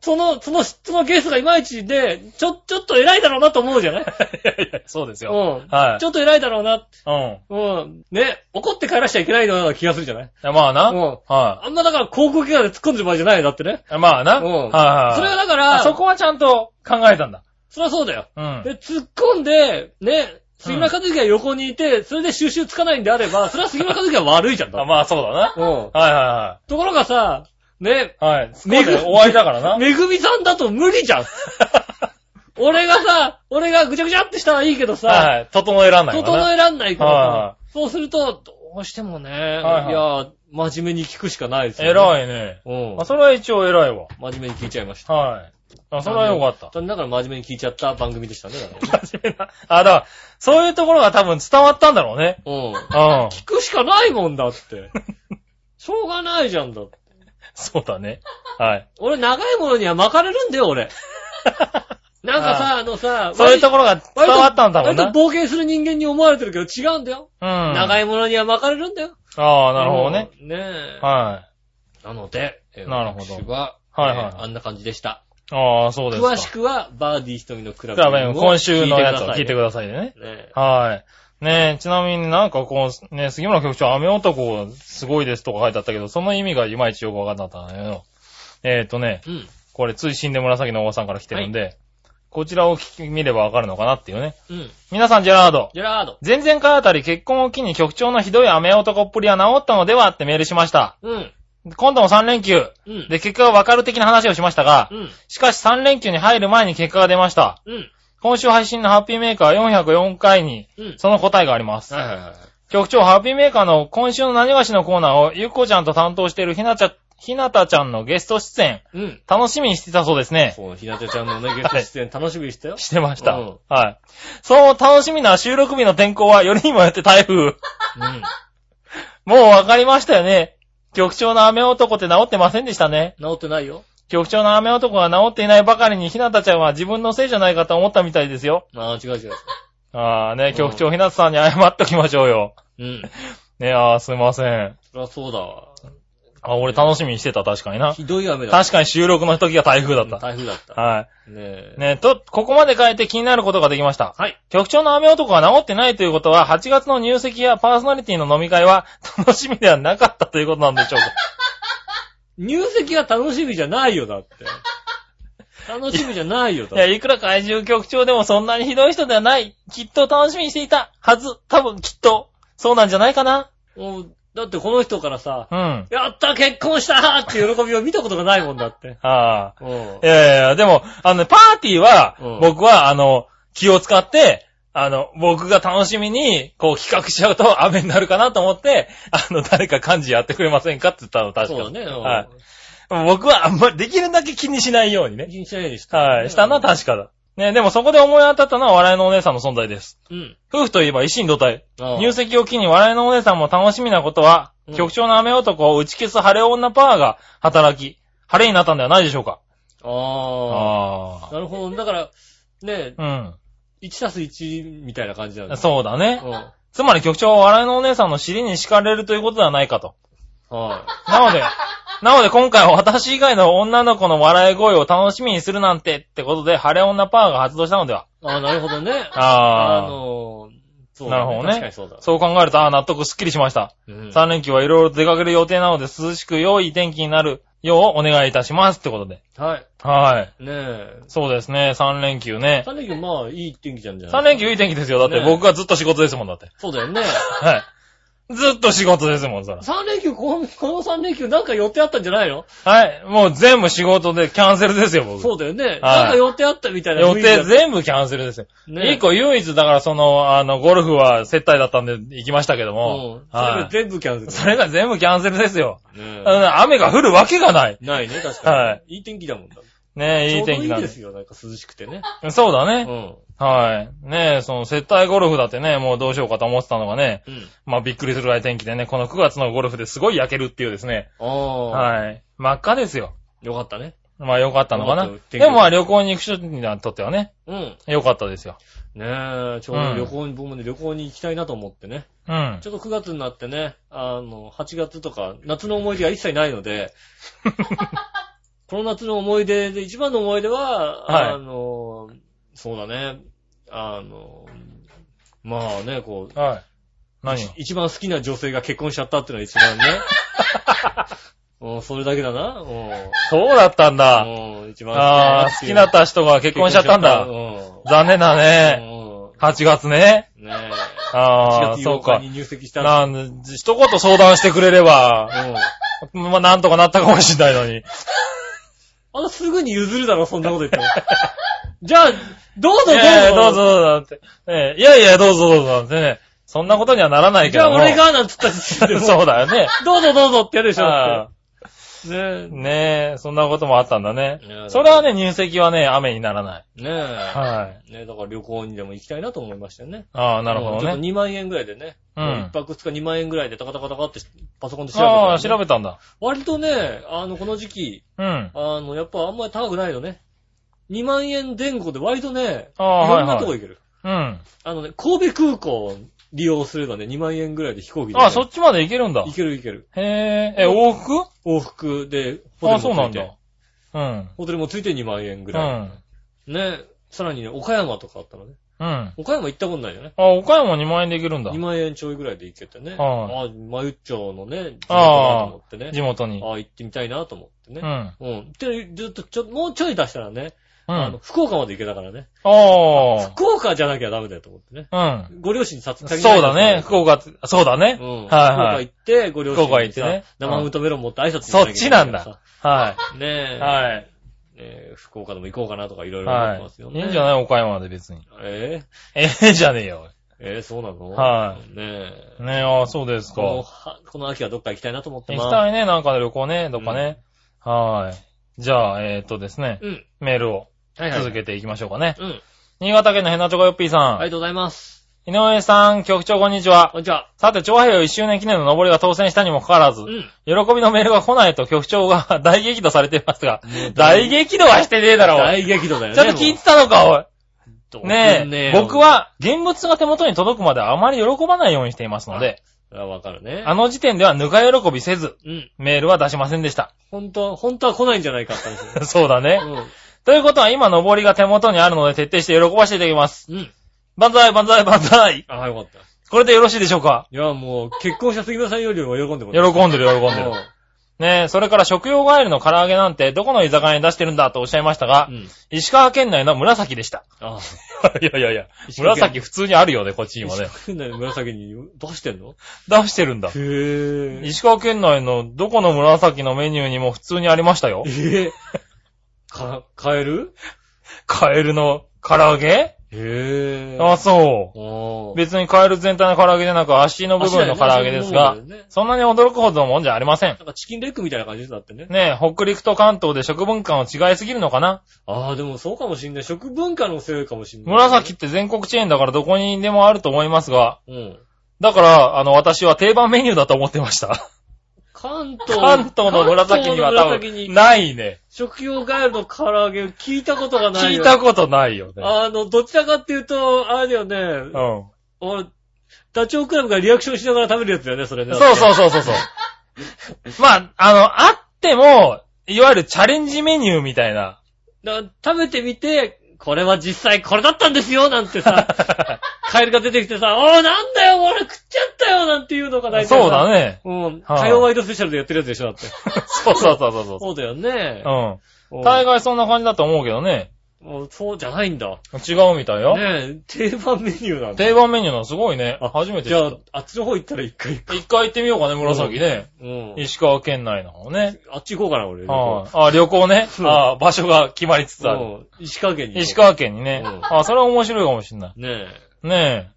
その、その、そのゲストがいまいちで、ちょ、ちょっと偉いだろうなと思うじゃない
(laughs) いやいやそうです
う
よ。
ん。
はい
ちょっと偉いだろうな。
うん。
うん。ね、怒って帰らしちゃいけないような気がするじゃない
いやまあな。
うん
は
あんなだから航空怪我で突っ込んでる場合じゃないよ、だってね。
い。まあな。
うん
はいはいはい。
それはだか
あ
ら、
そこはちゃんと考えたんだ。
そりゃそうだよ。
うん。
で、突っ込んで、ね、杉村和樹が横にいて、それで収集つかないんであれば、それは杉村和樹が悪いじゃんだ
あ
って。
まあそうだな。
うん。
はいは
ところがさ、ね、
いはい。はい。
めぐ
そうだよ終わりだからな。 (laughs)
めぐみさんだと無理じゃん。俺がさ、俺がぐちゃぐちゃってしたらいいけど
はい
さ、
はい。整えらんないから
整
な。
えらんないか
はい
ら
は
さ、そうすると、どうしてもね、い
はい
や、真面目に聞くしかないですよね。い。
偉いね。
うん
まあ。それは一応偉いわ。
真面目に聞いちゃいました。
はい。あ、それはよかった。 (laughs)
残念ながら真面目に聞いちゃった番組でしたね。だからね
真面目な。あ、だから、そういうところが多分伝わったんだろうね。
うん。
うん。 (laughs)
聞くしかないもんだって。しょうがないじゃんだって。
そうだね。はい。
俺長いものには巻かれるんだよ、
(laughs)
俺。なんかさ、あのさ、
そういうところが伝わったんだろ
割
う
と
な。
冒険する人間に思われてるけど違うんだよ。
うん。
長
い。
いものには巻かれるんだよ。
ああ、なるほどね。
うん。ねえ。
は
なので、えー
なるほど
私は、
はいはい
えーあんな感じでした。
い。ああ、そうですか。
詳しくは、バーディー瞳のクラ
じ
ブ
ゃあ、ね今週のやつを聞いて
く
くださいね。
ださいね。ね
はい。ねえ、ちなみになんかこう、ね、杉村局長、雨男すごいですとか書いてあったけど、その意味がいまいちよくわかんなかったんだけど、えっ、とね、
えうん。
これ、通信で紫のおばさんから来てるんで、こちらを聞き見ればわかるのかなっていうね。
うん。
皆さん、ジェラード。
ジェラード。
前々回あたり結婚を機に局長のひどい雨男っぷりは治ったのではってメールしました。
うん。
今度も3連休。
うん。
で、結果がわかる的な話をしましたが
う、ん。
しかし3連休に入る前に結果が出ました。
うん。
今週配信のハッピーメーカー404回に、
うん。
その答えがあります。
はいはいはい。
局長、ハッピーメーカーの今週の何がしのコーナーを、ゆっこちゃんと担当しているひなちゃ、ひなたちゃんのゲスト出演、
うん。
楽しみにしてたそうですね。
そう、ひなちゃちゃんのね、ゲスト出演楽しみにしたよ。
(laughs) してました。
うん
はい。そう、楽しみな収録日の天候は、よりにもよって台風。 (laughs)
うん。
もうわかりましたよね。局長の雨男って治ってませんでしたね。
治ってないよ。
局長の雨男が治っていないばかりに、ひなたちゃんは自分のせいじゃないかと思ったみたいですよ。
ああ、違う違う。
ああ
ん
ね、局長、ひなたさんに謝っときましょうよ。
うん。
ねあーすいません。
そりゃそうだわ。
あ、俺楽しみにしてた、確かにな。
ひどい雨だ
確かに収録の時が台風だ
うん
った。
台風だった。
は
ね
い。
え。
ねと、ここまで変えて気になることができました。
はい。
局長の雨男が治ってないということは、8月の入籍やパーソナリティの飲み会は楽しみではなかったということなんで
(laughs)
しょうか。
入籍が楽しみじゃないよ、だ
(laughs)
って。楽しみじゃないよ、だ
い
っ
や、
て。
いくら怪獣局長でもそんなにひどい人ではない。きっと楽しみにしていたはず。多分きっと、そうなんじゃないかな。
もうだってこの人からさ、
うん。
やった結婚したーっていう喜びを見たことがないもんだ
(laughs)
って。
ああ。
うん
い。やいやいや、でも、あのね、パーティーは
うん、
僕は、あの、気を使って、あの、僕が楽しみに、こう企画しちゃうと雨になるかなと思って、あの、誰か幹事やってくれませんかって言ったの、確か
そうだね。うん
はい。僕はあんまりできるだけ気にしないようにね。
気にしないようにした。
はい。したのは
た。
確かだ。ね、でもそこで思い当たったのは笑いのお姉さんの存在です。
うん。
夫婦といえば一心同体。
ああ
入籍を機に笑いのお姉さんも楽しみなことは、
うん
局長の雨男を打ち消す晴れ女パワーが働き、晴れになったんではないでしょうか。
ああ。なるほど。だから、ねえ、
あ。
1たす1みたいな感じなん
うん。
だ。
(laughs) そうだね。
うん。
つまり局長は笑いのお姉さんの尻に敷かれるということではないかと。
は
なので、
(laughs)
なので今回は私以外の女の子の笑い声を楽しみにするなんてってことで、晴れ女パワーが発動したのでは。
い。ああ、なるほどね。あ
ああ。
のー、そう
な
だ
るほどね
確かにそうだ。
そう考えると、ああ、納得すっきりしました。
うん
3連休はいろいろ出かける予定なので、涼しく良い天気になるようお願いいたしますってことで。
はい。
はい。
ねえ。
そうですね、3連休ね。
3連休、まあ、いい天気じゃんじゃない
3連休いい天気ですよ。だって
ね
僕はずっと仕事ですもん、だって。
そうだよ (laughs) ね。
はい。ずっと仕事ですもん、そら。
3連休、このこの3連休、なんか予定あったんじゃないの
はい。もう全部仕事でキャンセルですよ、僕。
そうだよね。なんか予定あったみたいな
予
雰囲気だ
定全部キャンセルですよ。
ね
一個唯一、だからその、あの、ゴルフは接待だったんで行きましたけど
う
も
ん。。それ
は
が
い。
全部キャンセ
それが全部キャンセルですよ。
ル。ね
うん雨が降るわけがない。
えないね、確かに。。
はい
い天気だもんだ。
ねえ、いい天気
ちょうど
ない
い
ん
ですよ、なんか涼しくてね。
そうだ
う
ね。
ん。
はい。ねえ、その接待ゴルフだってね、もうどうしようかと思ってたのがね、
うん。
まあびっくりするぐらい天気でね、この9月のゴルフですごい焼けるっていうですね。
ああ。
はい。真っ赤ですよ。
よかったね。
まあ良かったのかな
よかっ。た
でもまあ旅行に行く人にとってはね、
うん。
良かったですよ。
ねえ、ちょうど旅行に、僕もね、旅行に行きたいなと思ってね。
うん
ち。ょっと9月になってね、あの、8月とか、夏の思い出が一切ないの
(laughs)
で、この夏の思い出で、一番の思い出は、
はい
あの、そうだね、あの、まあね、こう、
はい。何を
一番好きな女性が結婚しちゃったっていうのが一
(laughs)
番ね、うんそれだけだな。うん
そうだったんだ。
うん一番
ああ、好きだった人が結婚しちゃったんだ
う。ん
残念だね。
う
8月ね。
ん。ねえ。
ああ、
1月
そう
8
か
日。に入籍したんだ
なんで、一言相談してくれれば、
うん。
まあ、なんとかなったかもしれないのに。
あの、すぐに譲るだろ、そんなこと言った (laughs) ら。じゃあ、どうぞどう
いやいや
ぞ。
どうぞ。どうぞ、なんて。ねいやいや、どうぞどうぞ、なんてね。そんなことにはならないけ
じゃ
ど
あ
も。
俺。が、なんつったら、 (laughs) う。
そうだよね。
どうぞどうぞってやるでしょ。だ
あ
ってね
あねえ、そんなこともあったんだね
いやだから。
それはね、入籍はね、雨にならない。
え。ねえ。
はい。
ねえ、だから旅行にでも行きたいなと思いましたよね。
ああ、なるほ
ちょ
ど
っと
ね。
2万円ぐらいでね。
うん
1泊2日2万円ぐらいでタカタカタカってパソコンで調べたらね、
ああ、調べたんだ。
割とね、あの、この時期、
うん。
あの、やっぱあんまり高くないよね。2万円前後で割とね、
あ
い
あ、は
ろ
い
んなとこ行
はい。
ける。
うん。
あのね、神戸空港を利用すればね、2万円ぐらいで飛行機でね、
ああ、そっちまで行けるんだ
行。ける行ける。
へえ、え、往復
往復で、ホテ
ああ、
ル
そう
も
な
つい
ん
て。
だ。うん。
ホテルもついて2万円ぐ
う
ら
ん。
い。ね。さらにね、岡山とかあったのね。
うん。
岡山行ったことないよね。
あ、岡山2万円で行けるんだ
2。万円ちょいぐらいで行けてね。
は
あ、マユッチョのね、地元だ
ああ
と思ってね。
地元に。
ああ、行ってみたいなと思って
う
ね。
ん。
うん。で、ずっと、ちょ、もうちょい出したらね、
う
あの、
ん。
福岡まで行けたからね。
あ
福岡じゃなきゃダメだよと思ってね。
あ。うん。
ご両親にさつ
そうだね。福。岡って、そうだね
先に。うん。福
はいは
岡
い
行って、ご両親
福岡行
に
って
さ
ね、
生ハムとメロン持って挨拶に行
そ
かきゃ
っ
い
ち
け
ないん
からさ
だ。。は
ね
い。
え。
はい。
えー福岡でも行こうかなとかいろいろ思って
は
ますよ
い。い
ね。
いんじゃ
い
ない岡山で別に。
えー
ええじゃねえよ。
えーそうなの。
はい
ねえ。
ねえ、ああ、そうですか。
この
行
はこの秋はどっか行きたいなと思って
き
ます。
たいね、なんか旅行ね、どっかね。はい。じゃあ、えーっとですね、
うん。
メールを
はいはい。
続けていきましょうかね。
うん。
新潟県のヘナチョコヨッピー
あ
さ
りがとうございます。
ん。井上さん、局長こんにちは
こ。んにちは。
さて、長平洋1周年記念の登りが当選したにもかかわらず
う、ん。
喜びのメールが来ないと局長が (laughs) 大激怒されていますが、大激怒はしてねえだろ、おい。
大激怒だよね。
ちゃんと聞いてたのか、おい。
もう
ねえ、僕、
どう
は現物が手元に届くまであまり喜ばないようにしていますので、
すんねえよあわかるね。
あの時点ではぬか喜びせず、
うん。
メールは出しませんでした。 (laughs)
本当は、本当は来ないんじゃないかって話だよ
そうだね。
ね。
ということは今、上りが手元にあるので徹底して喜ばせていただきます。 (laughs)
うん。うん。
万歳、万歳、万歳。
ああ、よかった。い
これでよろしいでしょうか
や、もう、結婚した杉村さんよりも喜んでも
喜
らっ
んでる、喜
た
んでる。ねえ、それから食用ガエルの唐揚げなんてどこの居酒屋に出してるんだとおっしゃいましたが
う、ん。うん。
石川県内の紫でした。
ああ。
(laughs) いやいやいや、
石川県
(laughs) 紫普通にあるよね、こっちにも
(laughs)
ね。
石川県内の紫に出してんの
出してるんだ。
へえ。
石川県内のどこの紫のメニューにも普通にありましたよ。
(laughs) ええか、カエル
カエルの唐揚げ
へえ。
あ、そ
お
う。
ー、
別にカエル全体の唐揚げじゃなく足の部分の唐揚げですが
足だよね足の部、分だよね
そんなに驚くほどのもんじゃありません。
なんかチキンレッグみたいな感じだってね。
ねえ、北陸と関東で食文化の違いすぎるのかな
ああ、でもそうかもしんない。食文化のせいかもしんない。
紫って全国チェーンだからどこにでもあると思いますが、
うん。
だから、あの、私は定番メニューだと思ってました。
関東。
関東の紫には多
関東の紫
分、
に
ないね。
食用ガエルの唐揚げ聞いたことがない
聞い
よ。
たことないよね。
あの、どちらかっていうと、あれだよね。
うん。
俺、ダチョウクラブがリアクションしながら食べるやつだよね、それね。
そう
う。
そうそうそうそう。
(laughs)
まあ、あの、あっても、いわゆるチャレンジメニューみたいな。
だ食べてみて、これは実際これだったんですよ、なんて
(laughs)
さ。カエルが出てきてさ、おーなんだよ、俺食っちゃったよ、なんていうのが大体さ
そうだ。ね。
うん。
はい
火曜ワイドスペシャルでやってるやつでしょ、だって。
そうそうそうそうそ
そうだよね。
う。う。
うんん
大概そんな感じだと思うけどね。
うんそうじゃないんだ。ね
違うみたいよ。
え、定番メニューなんだ。
定番メニューなのすごいね。
あ
初めて
じ
知
ゃ
っ
あ、あっちの方行ったら一回行く。
た。一回行ってみようかね、紫ね。
うん。
石川県内の方ね。
あっち行こうかな、俺。
はいあ、旅行ね。
うん
ああ、場所が決まりつつあ
う
る。
ん石川県に行こう。
石川県にね。
うん
ああ、それは面白いかもしんない。
ね
ね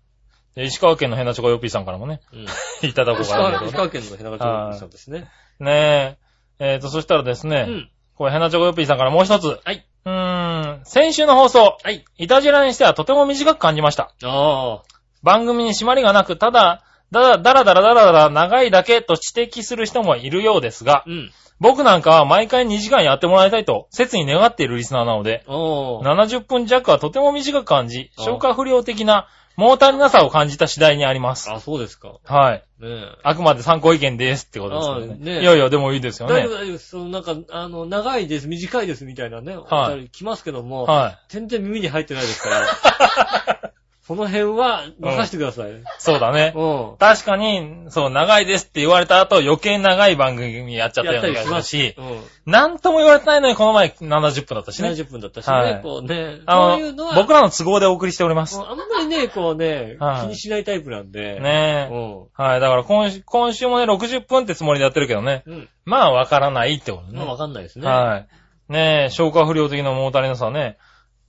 え。で石川県の変なチョコヨッピーさんからもね、 (laughs)
え。うん。
いただこう
石
かな
川
と
石川県の平川町さんですね。
ねえ。えっ、と、そしたらですね、
うん。
これ、ヘナチョコヨッピーさんからもう一つ。
はい。
うーん、先週の放送、
はい。
イタジラにしてはとても短く感じました。
ああ。
番組に締まりがなく、ただ、だらだらだらだらだら長いだけと指摘する人もいるようですが
う、ん。
僕なんかは毎回2時間やってもらいたいと、切に願っているリスナーなので、
おー。
70分弱はとても短く感じ、
あ
消化不良的な物足りなさを感じた次第にあります。
あ、そうですか。
はい。
ねえ。
あくまで参考意見ですってことですけど
ああね
ね。いやいや、でもいいですよ
大丈夫
ね。
大丈夫です。そのなんか、あの、長いです、短いですみたいなね、お
はい
便り来ますけども、
はい。
全然耳に入ってないですから、
(laughs)
その辺は任せてください。うん。
そうだね。確かに、そう、長いですって言われた後、余計長い番組やっちゃったような気がするし、
うん。
なんとも言われてないのに、この前70分だったしね。
70分だったしね、
はい
こうね、そ
あ
ういうの
の、
は、
僕らの都合でお送りしております
も。うあんまりね、こうね、
はい
気にしないタイプなんで、
ねえ。
う
はい。だから今週、今週もね、60分ってつもりでやってるけどね。
ん。うん。
まあ、わからないってことね
まあ。わかんないですね。
はい。ねえ、消化不良的な物足りなさね。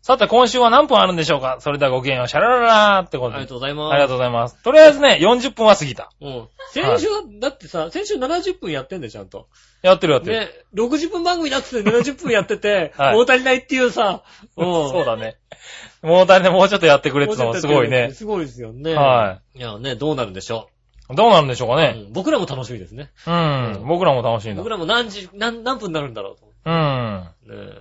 さて、今週は何分あるんでしょうかそれではごきげんよう、シャラララーってこと
あり
で
が。とうございます。
ありがとうございます。とりあえずね、40分は過ぎた。
うん。先週、だってさ、先週70分やってんで、ちゃんと。
やってるやってる。
ね、60分番組だっつって70分やってて、
(laughs) はい
物足りないっていうさ、ん
(laughs) そうだね。物足りない、もうちょっとやってくれってのはすごいね。
すごいですよね。。
はい
いやね、どうなるんでしょ
どうなるんでしょうか
う。
ね。
うん僕らも楽しみですね。
うん。僕らも楽しいんだ。
僕らも何時、何、何分になるんだろうと思
うん。
っ
な
て、ね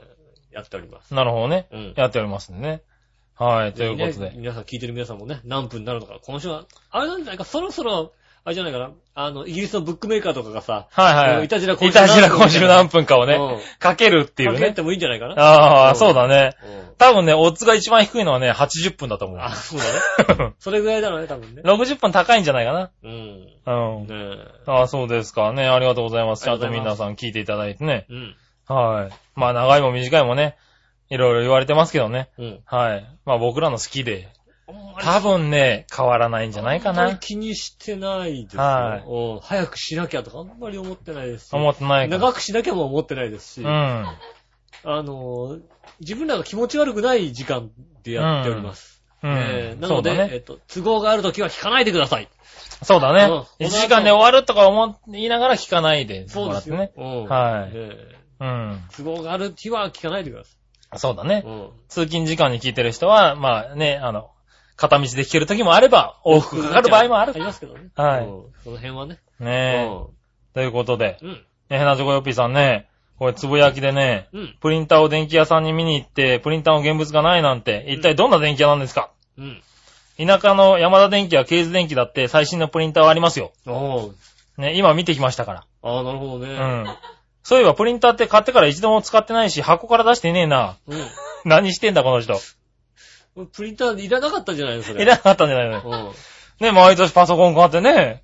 やっております。
るほどね。
うん。
やっておりますんでね。はい、ということ
ね
で。
皆さん、聞いてる皆さんもね、何分になるのか。今週は、あれなんじゃないか、そろそろ、あれじゃないかな、あの、イギリスのブックメーカーとかがさ、
はいはい。
いたじら
いたじら今週何分かをね、
うん
かけるってい
か
う
け
ね。
てもいいんじゃないかな。
あ
う
あ、
ん
そうだね。
うん
多分ね、オッズが一番低いのはね、80分だと思う。
あ、そうだね。 (laughs) それぐらいだろうね、多分ね。
60分高いんじゃないかな。
うん。
うん。
ねえ。
ああ、そうですかね。ありがとうございます。ち
あ
ゃ
り
ん
がとうござ
と
い
皆
ます
さん聞いていただいてね。
うん。
はい。まあ、長いも短いもね、いろいろ言われてますけどね。
うん。
はい。まあ、僕らの好きで、多分ね、変わらないんじゃないか
あんまり
な。
気にしてないですよ。
はい
うん早くしなきゃとかあんまり思ってないですし。
思ってないか
長くしなきゃも思ってないですし、あ
ら。
のー、自分らが気持ち悪くない時間でやっております。
うん。
え
う
ー
ん。
な
そ
の
うだ
で、え
ね。
っと、都合があるときは聞かないでください。
そうだね。
うん
1時間で終わるとか思いながら聞かないで
そう
も
で
らっ
す
て
よ。
ね。
うん
はい
え
うん。
ー都合がある日は聞かないでくださ
そうだ
い。
ね
う。ん
通勤時間に聞いてる人は、まあね、あの、片道で聞ける時もあれば、往復かかる場合もある
あ。りますけどね。
はい
うんその辺はね。
ねえ。ということで、
うん。
ね、ヘナチョコヨッピーさんね、これつぶやきでね、
うん。
プリンターを電気屋さんに見に行って、プリンターの現物がないなんて、一体どんな電気屋なんですか、
うん。
田舎の山田電機やケーズ電機だって最新のプリンターはありますよ。
おー
ね、今見てきましたか
ああ、なるほどね。
ら。うん。そういえばプリンターって買ってから一度も使ってないし、箱から出してねえな。
うん。
何してんだこの人。
プリンターいらなかったんじゃないのそれ。
いらなかったんじゃないの
う
ね、毎年パソコン買ってね、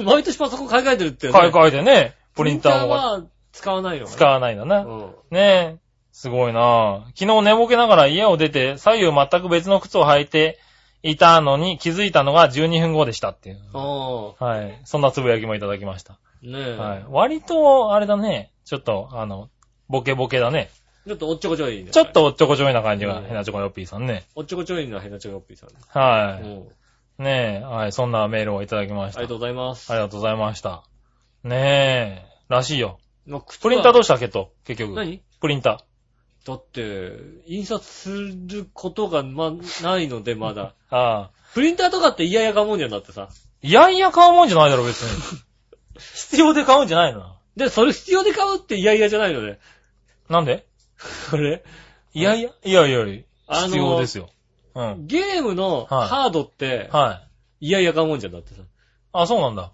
ん。 (laughs) 毎年パソコン買い替えてるって、ね。
買い替えてね、プ
プリ
リ
ン
ン
タ
タ
ー
ーも
は使わないのかな
使わないんだな。
うん。
ねえ。すごいなあ昨日寝ぼけながら家を出て、左右全く別の靴を履いていたのに気づいたのが12分後でしたっていう。
あ
はい。そんなつぶやきもいただきました。
あ、ねえ。
はい。割と、あれだね。ちょっと、あの、ボケボケだね。
ちょっとおっちょこちょい、ね。
ちょっ。とおっちょこちょいな感じ
う
が、
ん
ヘナチョコヨッピーさんね。
おっちょこちょいのヘナチョコッピーさん。
は
う
い。
ん。
ねえ、はい。そんなメールをいただきま
あ
し
り
た。あ
がとうございます。
りがとうございました。ねえ、らしいよ。
まあ靴は
プリンターどうしたっけと、結局。
何
プリンタ
だって、印刷することが、ま、ないので、ま
(laughs)
だ。
ー。ああ。
プリンターとかって嫌々かもんじゃんだってさ。
いやいや買うもんじゃないだろ、別に。 (laughs) 必要で買うんじゃないのな。
で、それ必要で買うって嫌々じゃないのね。
なんで
これ。
いやいや、いやいやい
あ
や、
の
必要ですよ。うん。
ゲームの
はい
ハードって
はい。
嫌々かもんじゃんだってさ。
あ、そうなんだ。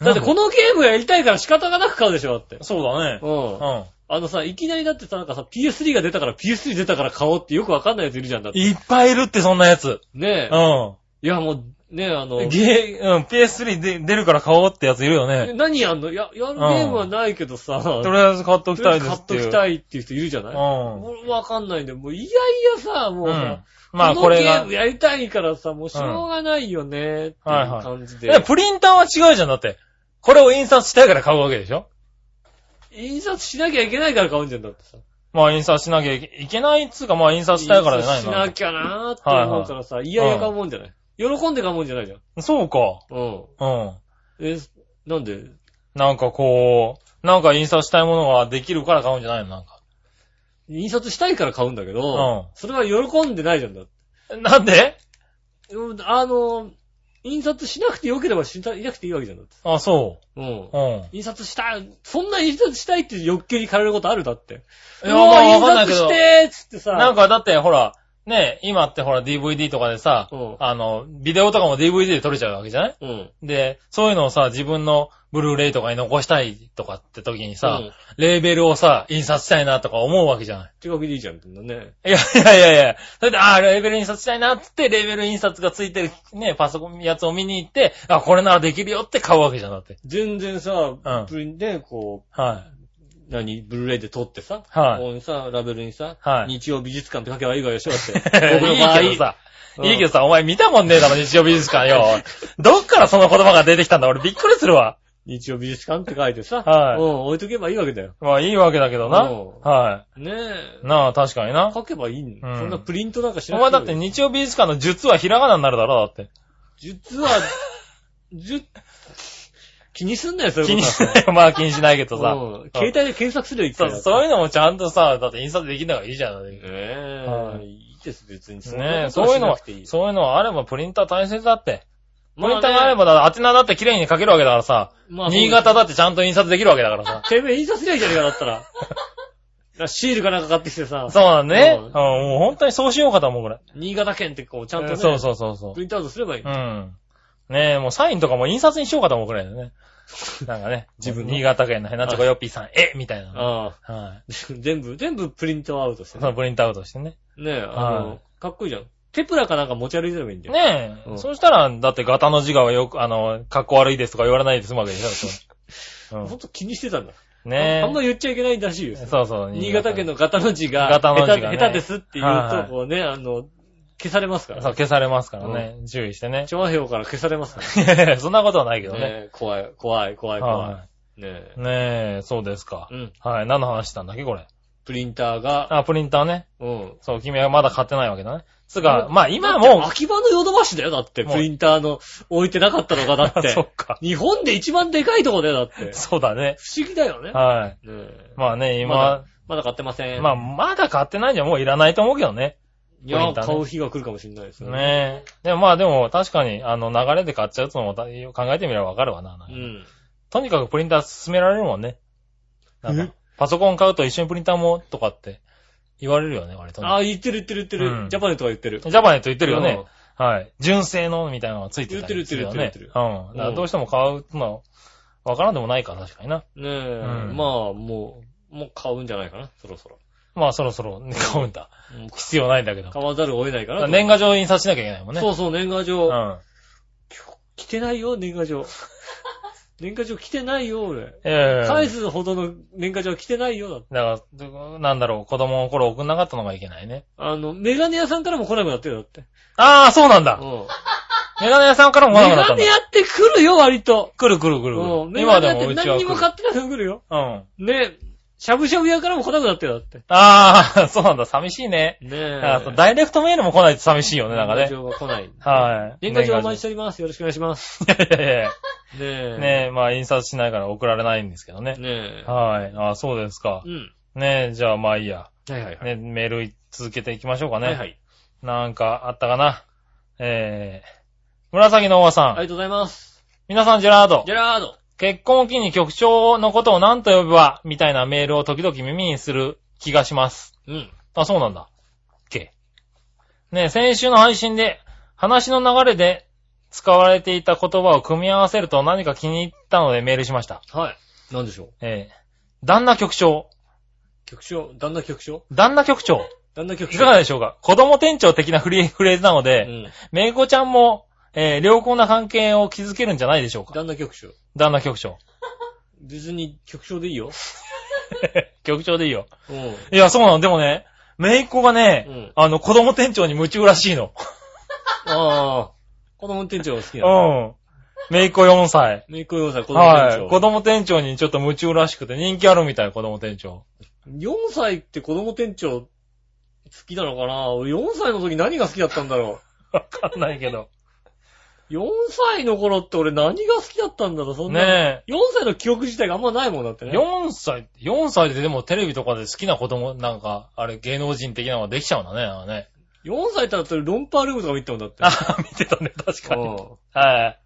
だってこのゲームやりたいから仕方がなく買うでしょ、だって。
そうだね
う。ん。
うん。
あのさ、いきなりだってさ、なんかさ、PS3 が出たから PS3 出たから買おうってよくわかんないやついるじゃん、だって。
いっぱいいるって、そんなやつ。
ねえ
う。ん。
いや、もう、ねえ、あの、
ゲー、うん、PS3 で出るから買おうってやついるよね。
何やんのや、やるゲームはないけどさ、
とりあえず買っときたいです
買っ
って
と
いう。
きたいっていう人いるじゃない
うん。
俺わかんないんだよ。もう、いやいやさ、もう
う
さ
ん、。まあ、これ
このゲー
が
ム。やりたいからさ、もうしょうがないよね、っていう感じで。
えプリンターは違うじゃん、だって。これを印刷したいから買うわけでしょ
印刷しなきゃいけないから買うんじゃん、だってさ。
まあ、印刷しなきゃいけないっつうか、まあ、印刷したいからじゃない
しな
の
きゃなーって思うからさ、いやいや買うもんじゃない。喜んで買うもんじゃないじゃん。
そうか。
うん。
うん。
え、なんで
なんかこう、なんか印刷したいものができるから買うんじゃないのなんか。
印刷したいから買うんだけど、それは喜んでないじゃんだって。
なんで
うんあの、印刷しなくてよければしなしなくていいわけじゃんだって。
あ、そ
うん
う。。うん。
印刷したい、そんな印刷したいっていう欲求に駆られることあるだって。
いうや、ま
わ
あわ
印
かんない
刷
けど
し。てーっつってさ。
なんかだってほら、ね、今ってほら DVD とかでさ
うん、
あの、ビデオとかも DVD で撮れちゃうわけじゃない
うん。
で、そういうのをさ、自分のブルーレイとかに残したいとかって時にさ、
うん
レーベルをさ、印刷したいなとか思うわけじゃない。
手書きでいいじゃんってんだね。
いやいやいやいや、それで、ああ、レーベル印刷したいなってって、レーベル印刷がついてるね、パソコンやつを見に行って、あ、これならできるよって買うわけじゃんだって。
全然さ、
うん
プリンで、こ
は
う、何、ブルーレイで撮ってさ、
はい
ここにさ、ラベルにさ、
はい
日曜美術館って書けばいいわ
(laughs)
よ、しょ、だって。
い。いいけどさ、
うん
いいけどさ、お前見たもんねえだろ、日曜美術館よ。 (laughs) どっからその言葉が出てきたんだ俺びっくりするわ。
日曜美術館って書いてさ、
はい
うん、置いとけばいいわけだよ。
まあいいわけだけどな。
うん
は
ねえ
い。。なあ、確かにな。
書けばいいんだ、
うん
そんなプリントなんかしな
お
く
前
て
だ
も
っ
い
て
い。
日曜美術館の術はひらがなになるだろ、だって。
実は、じ気にすんなよ、そういう
気
こ
に
とは
しないよ。まあ気にしないけどさ。
うん携帯で検索するよ、一
そ
回
う
だって。
そういうのもちゃんとさ、だって印刷できんだからいいじゃん。
ね
ね
え、
はい
い、いです、別に。
え、そういうのは、
プ
そういうのはあればプリンター大切だって。プリンターがあれ
ば、
ばだ、宛名だって綺麗に書けるわけだからさ。
まあ
新潟だってちゃんと印刷できるわけだからさ。
てめえ印刷すりゃいいじゃねえか、だった
(laughs)
ら。だからシールかなんか買ってきてさ、
そうだね。
うん
うん、もう本当にそうしようかと思うぐらい。
新潟県ってこう、ちゃんと
う
ね、
んそうそうそうそう
プ。リントアウトすればいい。
うん。ねえ、もうサインとかも印刷にしようかと思うくらいだね。な
(laughs)
んかね、
自分の
新潟県のヘナチョコヨッピーさん、えみたいな。
ああ。
はい。
全部、全部プリントアウトして
そのプリントアウトしてね。
ねえ、あ
は
の、かっこいいじゃん。テプラかなんか持ち歩いてればいいんだよ。
ねえ、
うん
そうしたら、だってガタの字がよく、あの、格好悪いですとか言われないですまでしょ。
(laughs)
う
ほんと気にしてたんだ。
ん。ねえ。
あんま言っちゃいけないらしいよ。
そうそう。
新潟県の型の字が、
型の字がね
下手下手ですって
はい
言
は
う
い
と、こうね、あの、消されますか
そう、
ら。
消されますからね。注意してね。 (laughs)
調和表から消されますから。
そんなことはないけどね。
ねえ、怖い、怖い、怖い、怖。
はい
ねえ
い。。ねえ、そうですか
う。ん。
はい。何の話したんだっけ、これ。
プリンターが、
あ、プリンターね。
うん。
そう、君はまだ買ってないわけだね。つうか、
うん
まあ今はもう、
秋葉のヨドバシだよ、だって。
もう
プリンターの置いてなかったのが、だっ
(laughs) そ
て
っ。か。
日本で一番でかいとこだよ、だって。
そうだね。
不思議だよね。
はい。
ねえ
まあね、
まだ
今、、
まだ買ってません。
まあ、まだ買ってないんじゃもういらないと思うけどね。
い
プリ
や、
ンターね
買う日が来るかもしれないですよね。
ねえ。でもまあでも、確かに、あの、流れで買っちゃうとのもた考えてみればわかるわな。
うん。
とにかくプリンター進められるもんね。なん
え
か、パソコン買うと一緒にプリンターも、とかって言われるよね、割とね。
ああ、言ってる言ってる言って
う
る。
ん
ジャパネットが言ってる。
ジャパネット言ってるよね。はい。純正の、みたいなのがついてた
言
り
って
す
る
る
言
よ
ってる
ね。
言ってる
うん。だからどうしても買うのは、わからんでもないから、確かにな。
うん。ねえ
う、ん
まあ、もう、もう買うんじゃないかな、そろそろ。
まあそろそろね買う
(laughs)
んだ。
うん
必要ないんだけど。
買わざるを得ないかなと。
年賀状印刷しなきゃいけないもんね。
そうそう、年賀状。
うん。
着てないよ、年賀状。 (laughs) 年賀状着てないよ、俺。
ええ
返すほどの年賀状は着てないよ、だって。
だから、なんだろう、子供の頃送んなかったのがいけないね。
あの、メガネ屋さんからも来なくなってるよ、だって。
ああ、そうなんだ。 (laughs)
う
メガネ屋さんから
ん。
も来な
メ
くなった
ガ
んだ
ネ。屋って来るよ、割と。
来る来る来る来
うん。
る。
メガネ
今で
屋っ
も
て
うちは
何に
来る。
も買ってなくて来るよ。
うん。あ
ねえ。しゃぶしゃぶ屋からも来なくなってるよ、だって。
あ、そうなんだ。寂しいね。
ねえ。
あーダイレクトメールも来ないと寂しいよね、なんか
年賀
ね。
状が来ない。
はい。
年賀状お待ちしております。よろしくお願いします。
年賀状いやいやい
ねえ。
や。ねえ、まあ印刷しないから送られないんですけどね。
ねえ。
はい。ああ、そうですか
う。ん。
ねえ、じゃあまあいいや。
はいはいはい。
ね、メール続けていきましょうかね。
はいはい。
なんかあったかな。えー、紫のおばさん。
ありがとうございます。
皆さん、ジェラード
ジ。ェラード。
結婚を機に局長のことを何と呼ぶわ、みたいなメールを時々耳にする気がします。
うん。
あ、そうなんだ。OK。ねえ先週の配信で、話の流れで使われていた言葉を組み合わせると何か気に入ったのでメールしました。
はい。なんでしょう。
えー、旦那局長。
局長、旦那局長
旦那局長。
旦那局
い
長。
かがでしょうか子供店長的なフリフレーズなの
う
で、
ん。
めいこちゃんも、えー良好な関係を築けるんじゃないでしょうか
旦那局長。
旦那局長。
別に局長でいいよ。
局長でいいよ。
うん。
いや、そうなの。でもね、めいっ子がね、
うん
あの、子供店長に夢中らしいの。
ああ。子供店長が好き
う
なの。
ん。めいっ子4歳。
めいっ子4歳、子供
は
店
い。
長。
子供店長にちょっと夢中らしくて人気あるみたい、子供店長。
4歳って子供店長好きなのかな俺4歳の時何が好きだったんだろ
(laughs) わかんないけど。
4歳の頃って俺何が好きだったんだろう、そんな。
ね
4歳の記憶自体があんまないもんだって
え。
ね。
4歳、4歳ででもテレビとかで好きな子供、なんか、あれ芸能人的なのができちゃうんだね、あのね。
4歳だったらロンパールームとか見てたもんだって。
あ、見てたね、確かに。
う
は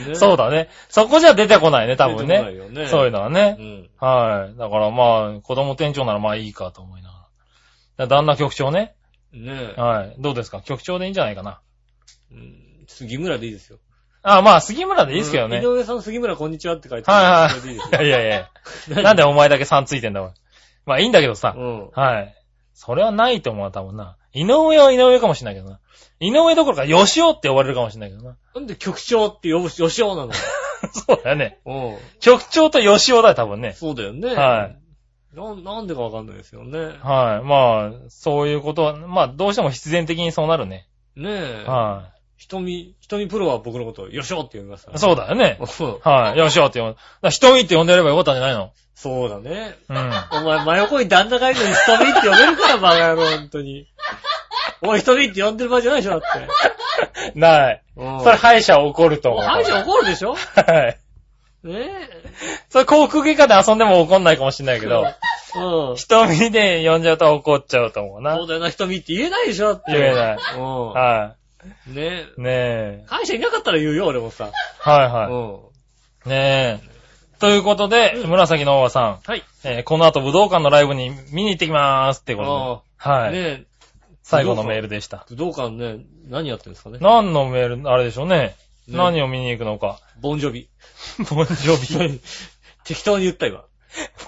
ん、ね
い。そうだね。そこじゃ出てこないね、多
出
分
てこな
ね。
いよね。
そういうのはね
う。ん。
はい。だからまあ、子供店長ならまあいいかと思いながら。旦那局長ね。
ねえ。
はい。どうですか局長でいいんじゃないかな。
うん杉村でいいですよ。
あまあ、杉村でいいですけど
う
ね
ん井。上さん杉村こんにちはって書いて
はいはい
それでいいです
いや
よ
いやいや。なんでお前だけ3ついてんだ、おい。まあいいんだけどさ。
うん。
はい。それはないと思う、多分な。井上は井上かもしれないけどな。井上どころか、吉尾って呼ばれるかもしれないけどな。
なんで局長って呼ぶし、吉尾なの
そうだよね。
うん。
局長と吉尾だよ、多分ね。
そうだよね。。
はい
なん、なんでかわかんないですよね。
はい。まあ、そういうことは、まあ、どうしても必然的にそうなるね。
ねえ。
は
瞳、瞳プロは僕のことを吉尾って呼びますから
い。
ね。
そうだよね。
そう。
はい。吉尾って呼ぶ。だから瞳って呼んでやればよかったんじゃないの
(laughs) そうだね。
うん。
お前、真横に旦那がいるのに、瞳って呼べるから、バカ野郎、本当に。おい、瞳って呼んでる場合じゃないでしょ、だって。
ない。
うん
それ、歯医者怒ると思う。
あれじゃ怒るでしょ
はい。
ね
それ、航空外科で遊んでも怒んないかもしれない
え。
けど、
うん。
瞳で呼んじゃうと怒っちゃうと思うな
そう。だよな、瞳って言えないでしょ、だって。
言えない。
う
は
ん。ねえ。
い。ねえ。
会社いなかったら言うよ、俺もさ。
はいうは
ん。
い。ねえ。ということで、紫のおばさん、
はい。
えーこの後武道館のライブに見に行ってきまーすっていうことで。は
ね
い。
え、
最後のメールでした。
武道館ね、何やってるんですかね。
何のメール、あれでしょうね。
ね
何を見に行くのか。
ボンジョビ。 (laughs)
ボンジョビ。
適当に言った、今。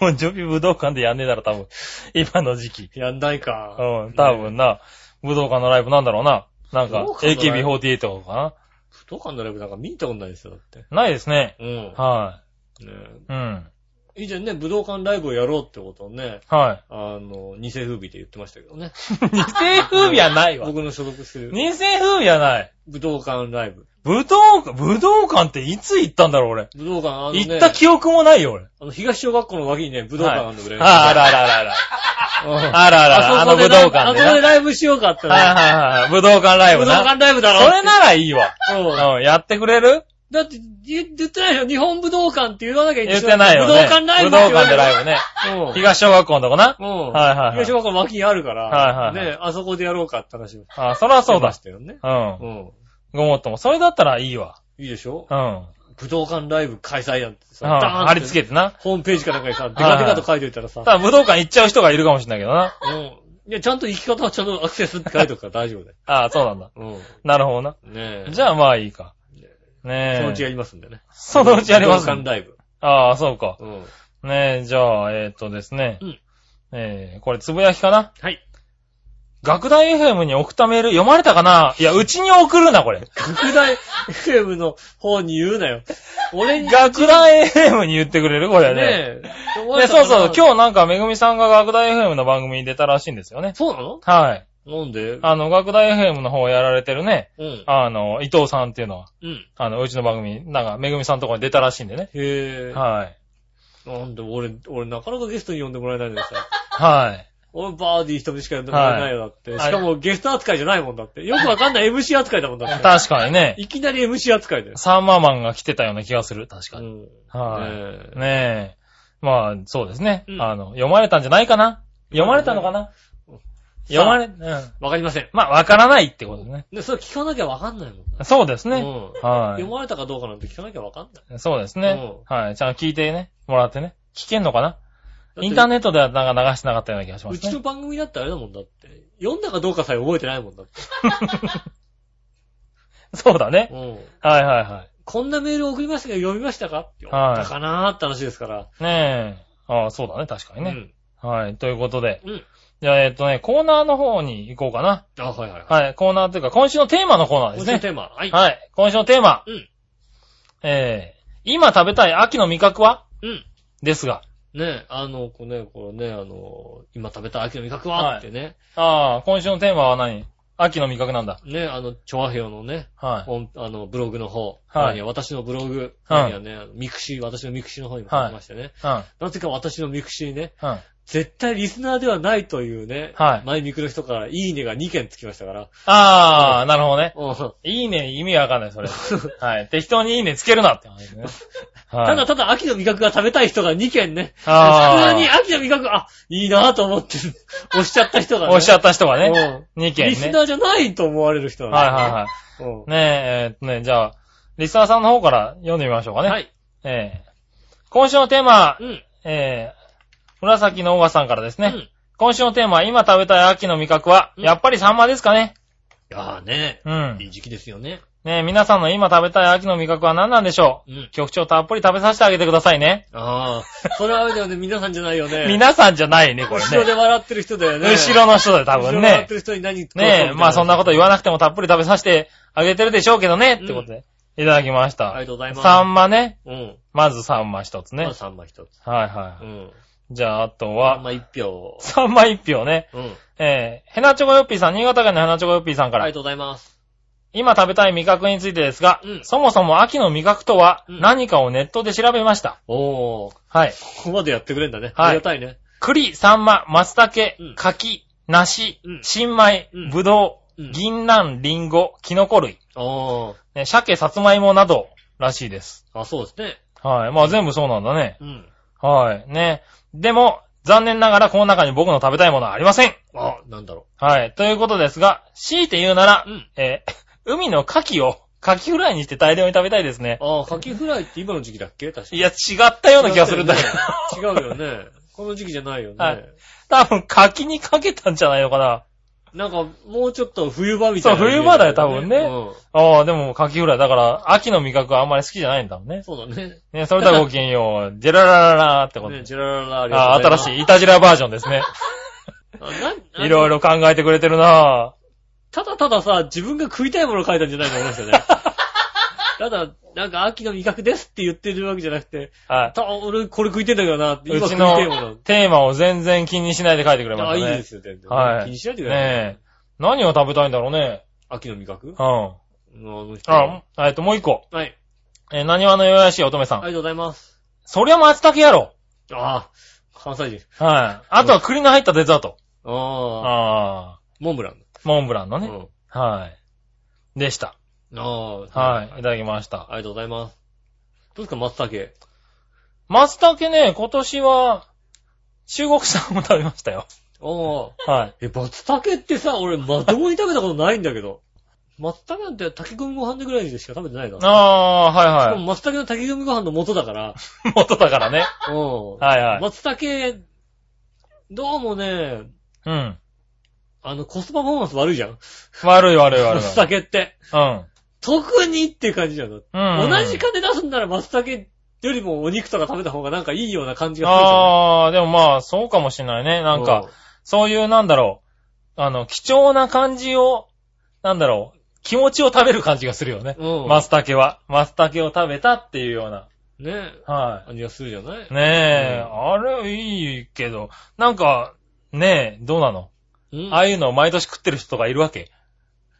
ボンジョビ武道館でやんねえだろ、多分。今の時期。
やんないか。
うん、多分な。武道館のライブなんだろうな。なんか
武道、館のライブ
AKB48 とかか
武道館のライブなんか見に行ったことないですよ、だって。
な。ないですね。
うん。
は
ね
い。うん。
え以前ね、武道館ライブをやろうってことをね、
はい。
あの、偽風靡で言ってましたけどね。
(laughs) 二世風味はないわ。
僕の所属する
二世風味はない。
武道館ライブ。
武道館、武道館っていつ行ったんだろう、俺。
武道館、あのね、
行った記憶もないよ、俺。
あの、東小学校の脇にね、武道館あるんだ、
はい
俺。
ああらあらあらあら。
うん
あらあら、あの武道館
あ
で
そこで
な。
ライブしようかってね。
はいはいはいはい。武道館ライブ
武道
な。
館ライブだ
そ
ろ
れならいいわ。
うん
うん、やってくれる
だって、言言ってないでしょ日本武道館って言わなきゃいけ
言ってないよね。
武道館ライブ
武道館でライブね。
ブ
東小学校のとこな。
うん。うん。
はいはいはい
東小学校の脇にあるから、
はいはいはい
ね、あそこでやろうかって話を。
あ、そらそうだ
し。たよね。
うん
う。ん。
ごもっとも。それだったらいいわ。
いいでしょ
うん。うん
武道館ライブ開催なんてさ、ーン
貼り付けてな。
ホームページかなんかにさ、デカデカと書いといたらさ、
ただ武道館行っちゃう人がいるかもしれないけどな。
うん。いや、ちゃんと行き方はちゃんとアクセスって書いとくから大丈夫だよ。
ああ、そうなんだ。
う
なるほどな。
ん。ねえ。
じゃあまあいいか。ねえ。
そのうちやりますんでね。
そのうちやりま
武
す
道館ライブ。
ああ、そうか。
うん。
ねえ、じゃあ、えっ、とですね。
うん
えー、これつぶやきかな
はい。
学大 FM に送ったメール読まれたかないや、うちに送るな、
(laughs)
これ。
拡大 FM の方に言うなよ。俺に。
学大 FM に言ってくれるこれね。
ね
ねそうそう、
日。
今日なんかめぐみさんが学大 FM の番組に出たらしいんですよね。
そうなの
はい。
なんで
あの、学大 FM の方やられてるね、
うん。
あの、伊藤さんっていうのは、
うん。
あの、うちの番組、なんか、めぐみさんのとこに出たらしいんでね。
へえ。
はい。
なんで俺、俺なかなかゲストに呼んでもらえないんだよさ。
はい。
俺バーディー一人しか呼んでもらえないよだって。
はい
しかもゲスト扱いじゃないもんだって。よくわかんない MC 扱いだもんだって。
確かにね、
いきなり MC 扱いだよ。
サンマーマンが来てたような気がする、確か
う
に。
ん。
は
ね
い。ねえ。まあ、そうですね。
うん
あの、読まれたんじゃないかな読まれたのかな読まれ、うん。
えわかりません。
まあ、わからないってことね。
で、それ聞かなきゃわかんないもんね。
そうです
う
ね。
ん。
は
読まれたかどうかなんて聞かなきゃわかんない。
い。そうですね。はい。ちゃんと聞いてね、もらってね。聞けんのかなインター
ネッ
ネットではなんか流してなかったような気がしま
う
す
ちの
ね。
番組だってあれだもんだって。読んだかどうかさえ覚えてないもんだって。
そうだね。
うん。
はいはいは
こんなメール送りましたけど読みましたかって
はい
読んだかなーって話ですから。
い。ねえ。ああ、そうだね。確かにね。はい。ということで。
うん。うん。
じゃあ、えっとね、コーナーの方に行こうかな。
あ、はいはいはい。
はい。コーナーというか、今週のテーマのコーナーで
今週
す
の
ね。
テーマ。はい。
はい。今週のテーマ。
うん。
えー、今食べたい秋の味覚は
うん。
ですが。
ねえ、あの、こうね、こうね、あの、今食べた秋の味覚はってね、
ああ、今週のテーマは何秋の味覚なんだ。
ね、あの、調和表のね、
はい。
ほんあの、ブログの方、
はい
いや私のブログ、
はい
いやね、あのミクシー、私のミクシーの方にも書きましてね、
うん。
なぜか私のミクシーね、
うん。
絶対リスナーではないというね。
はい
マイミクの人からいいねが2件つきましたから。
あー、なるほどね。
うん
いいね、意味わかん
(laughs)
ない、それ。はい。適当にいいねつけるなって話ね。はい。
ただただ秋の味覚が食べたい人が2件ね。
あー
普通に秋の味覚、あ、いいなぁと思って、 (laughs) 押しちゃった人がね。
おっしゃった人がね、
う
2件ね。
リスナーじゃないと思われる人
はい
なん
はいは
ですね。はい
い。ねえ、えーっとね、じゃあ、リスナーさんの方から読んでみましょうかね。。
はいい。
えー今週のテーマ、
うん。
えー、紫のオーガさんからですね。
うん
今週のテーマ、今食べたい秋の味覚は、
うん
やっぱりサンマですかね。
いやーね、
うん。
いい時期ですよね。
ねえ、皆さんの今食べたい秋の味覚は何なんでしょう
うん。
局長たっぷり食べさせてあげてくださいね。
ああ、それはあれだよね、皆さんじゃないよね。
皆さんじゃないね、これ
後ろで
ね。
笑ってる人だよね。
後ろの人で多分
後ろ笑っ
ね
て。る人に何言って
ねえ、まあそんなこと言わなくてもたっぷり食べさせてあげてるでしょうけどね、
うん
ってことで。いただきまし
あ
た
りが。とうございます。
サンマね。
うん。
まずサンマ一つね。
まあ
はい
3枚1つ。
は
う
い。
ん。
じゃあ、あと
あん
は、
ま1票。
サンマ一票ね。
うん。
えー、ヘナチョコヨッピーさん、新潟県のヘナチョコヨッピーさんか
あり
ら
が、とうございます。
今食べたい味覚についてですが
うん、
そもそも秋の味覚とは
うん
何かをネットで調べました。
おー、こ
はい。
こまでやってくれんだね。
はい
ありがたいね。
栗、サンマ、松茸
うん、
柿、梨
うん、
新米
うん、
ぶど
うん
う、銀杏、リンゴ、キノコ類、
おー、
ね鮭、さつまいもなどらしいです。
あ、そうですね。
はい。まあ全部そうなんだね。
うん。
はい。ね。でも、残念ながらこの中に僕の食べたいものはありません。
あ、なんだろ
はい。ということですが、強いて言うなら、
う。うん。
えー海の牡蠣を、牡蠣フライにして大量に食べたいですね。
あー、カキフライって今の時期だっけ確か
いや、違ったような気がするんだけ
違
ど。
うよね。違うよねこの時期じゃないよね。
はい多分、牡蠣にかけたんじゃないのかな。
なんか、もうちょっと冬場みたいな。
そう冬場だよ多分ね
うん。
ああ、でも、牡蠣フライ。だから、秋の味覚はあんまり好きじゃないんだもんね。
そうだね。
ね、それではごきげんよう。ジェララララーってこと
ね、。ジェラララあり
ああ、
がとうご
新
ざ
し
い
い、イタジラバージョンで
(laughs)
すね。
ます。新し
いろい
ろ。
ろ考えてくれてるな
ただたださ、自分が食いたいものを書いたんじゃないと思いますよ
(laughs)
ね。ただ、なんか秋の味覚ですって言ってるわけじゃなくて、
はい。
た俺これ食いてんだけどなって、今食
うち
いてえも
の
の。
テーマを全然気にしないで書いてくれま
あ、
し
いい
たね。
ですよ、全然。
はい
気にしないでください。
ねえ。何を食べたいんだろうね。
秋の味覚
う
あ
ん。
の人。
あ、えっと、もう一個。
はい。
えー、何話の弱々しい乙女さ
ありがと
ん。
うございます。
そりゃ松茸やろ。
ああ、関西人。
はい。あとは栗の入ったデザート。
ああ、
ああ。
モンブラン。
モンブランの
う
ね。
ん。
はい。でした。
ああ、
はい。いただきました。
ありがとうございます。どうですか、松茸。
松茸ね、今年は、中国産も食べましたよ。
ああ。
はい。
え、松茸ってさ、俺、まともに食べたことないんだけど。 (laughs) 松茸なんて炊き込みご飯でぐらいでしか食べてないから。
ああー、
し
は
か
い
も
は
松茸の炊き込みご飯の元だから。
い。元だからね。
うん。
はいはい。
松茸、どうもね、
うん。
あの、コストパフォーマンス悪いじゃん。
悪い悪い悪い
松。茸って。
うん。
特にっていう感じじゃん。同
うん。
じ金出すんなら松茸よりもお肉とか食べた方がなんかいいような感じがするじゃん。
ああ、でもまあ、そうかもしれないね。なんか、そういう、なんだろう、あの、貴重な感じを、なんだろう、気持ちを食べる感じがするよね。
うん、うん。
マスタケは。マスタケを食べたっていうような。
ね
は
感じがするじゃない
い。ねえ、
う
あれ、いいけど、なんか、ねえ、どうなの
うん
ああいうのを毎年食ってる人がいるわけ。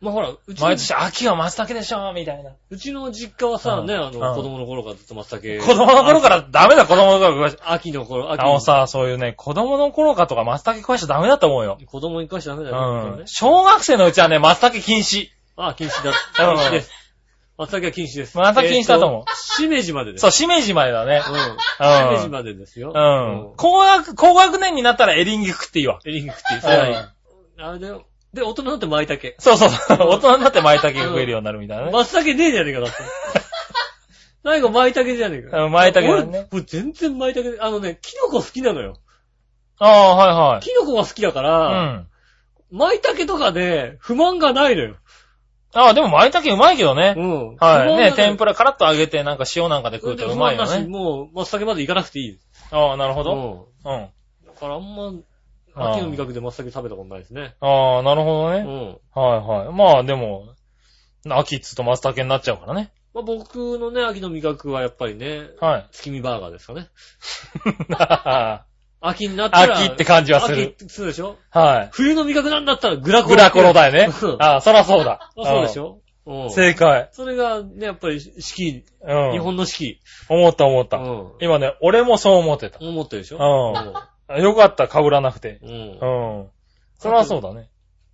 まあほら、うちの
毎年、秋はマスタケでしょみたいな。
うちの実家はさ、
うん
ね、あの、
うん
子供の頃からずっと松茸。
子供の頃からダメだ、子供の頃から。
秋の頃、秋
あのさ、そういうね、子供の頃かとかマスタケ食わしちゃダメだと思うよ。
子供に関してダメだよね。
うん。小学生のうちはね、松茸禁止。
ああ、禁止だ。禁
(laughs) うん
止です。松茸は禁止です。
松茸禁止だと思う
えーしめじまでです。
そう、しめじまでだね。
うん。しめじ
う
までですよ。
ん。うん。高学、高学年になったらエリンギ食っていいわ。
エリングっていう
う
さ、
ん。
あれだよ。で、大人になって舞茸。
そうそう。大人になって舞茸が食えるようになるみたいなね。
松茸ねえじゃねえか、だって。
(laughs)
最後、舞茸じゃねえか。
うん舞茸だね
俺。俺全然舞茸で、あのね、キノコ好きなのよ。
ああ、はいはい。
キノコが好きだか
う
ら、
ん。
舞茸とかで不満がないのよ。
ああ、でも舞茸うまいけど
う
ね。
ん。
はい。ね、天
天ぷ
ぷらカラッと揚げて、なんか塩なんかで食うとうまいよ
だし、
ね。
もう、松茸まで行かなくていい。
ああ、なるほど。
う
うん。
ん。だからあんま、
あー
秋の味覚で松茸食べたことないですね。
ああ、なるほど
う
ね。
ん。
はいはい。まあ、でも、秋っつうと松茸になっちゃうからね。
まあ僕のね、秋の味覚はやっぱりね、 (laughs)
はい。
月見バーガーですかね。
は
秋になったら。
秋って感じはする
秋ってそうでしょ
い。
冬の味覚なんだったらグラコロ。
グラコロだよね
(laughs) そう。
ああ、そらそうだ。
(laughs) あそうでしょう
うんん。。正解。
それがね、やっぱり四季、
うん。
日本の四季。
思った思っ
う
た。
ん。
今ね、俺もそう思ってた。
思ってるでしょ
うん
ん。
あよかった、被らなくて。
うん。
う
やっ
ん。それはそうだね。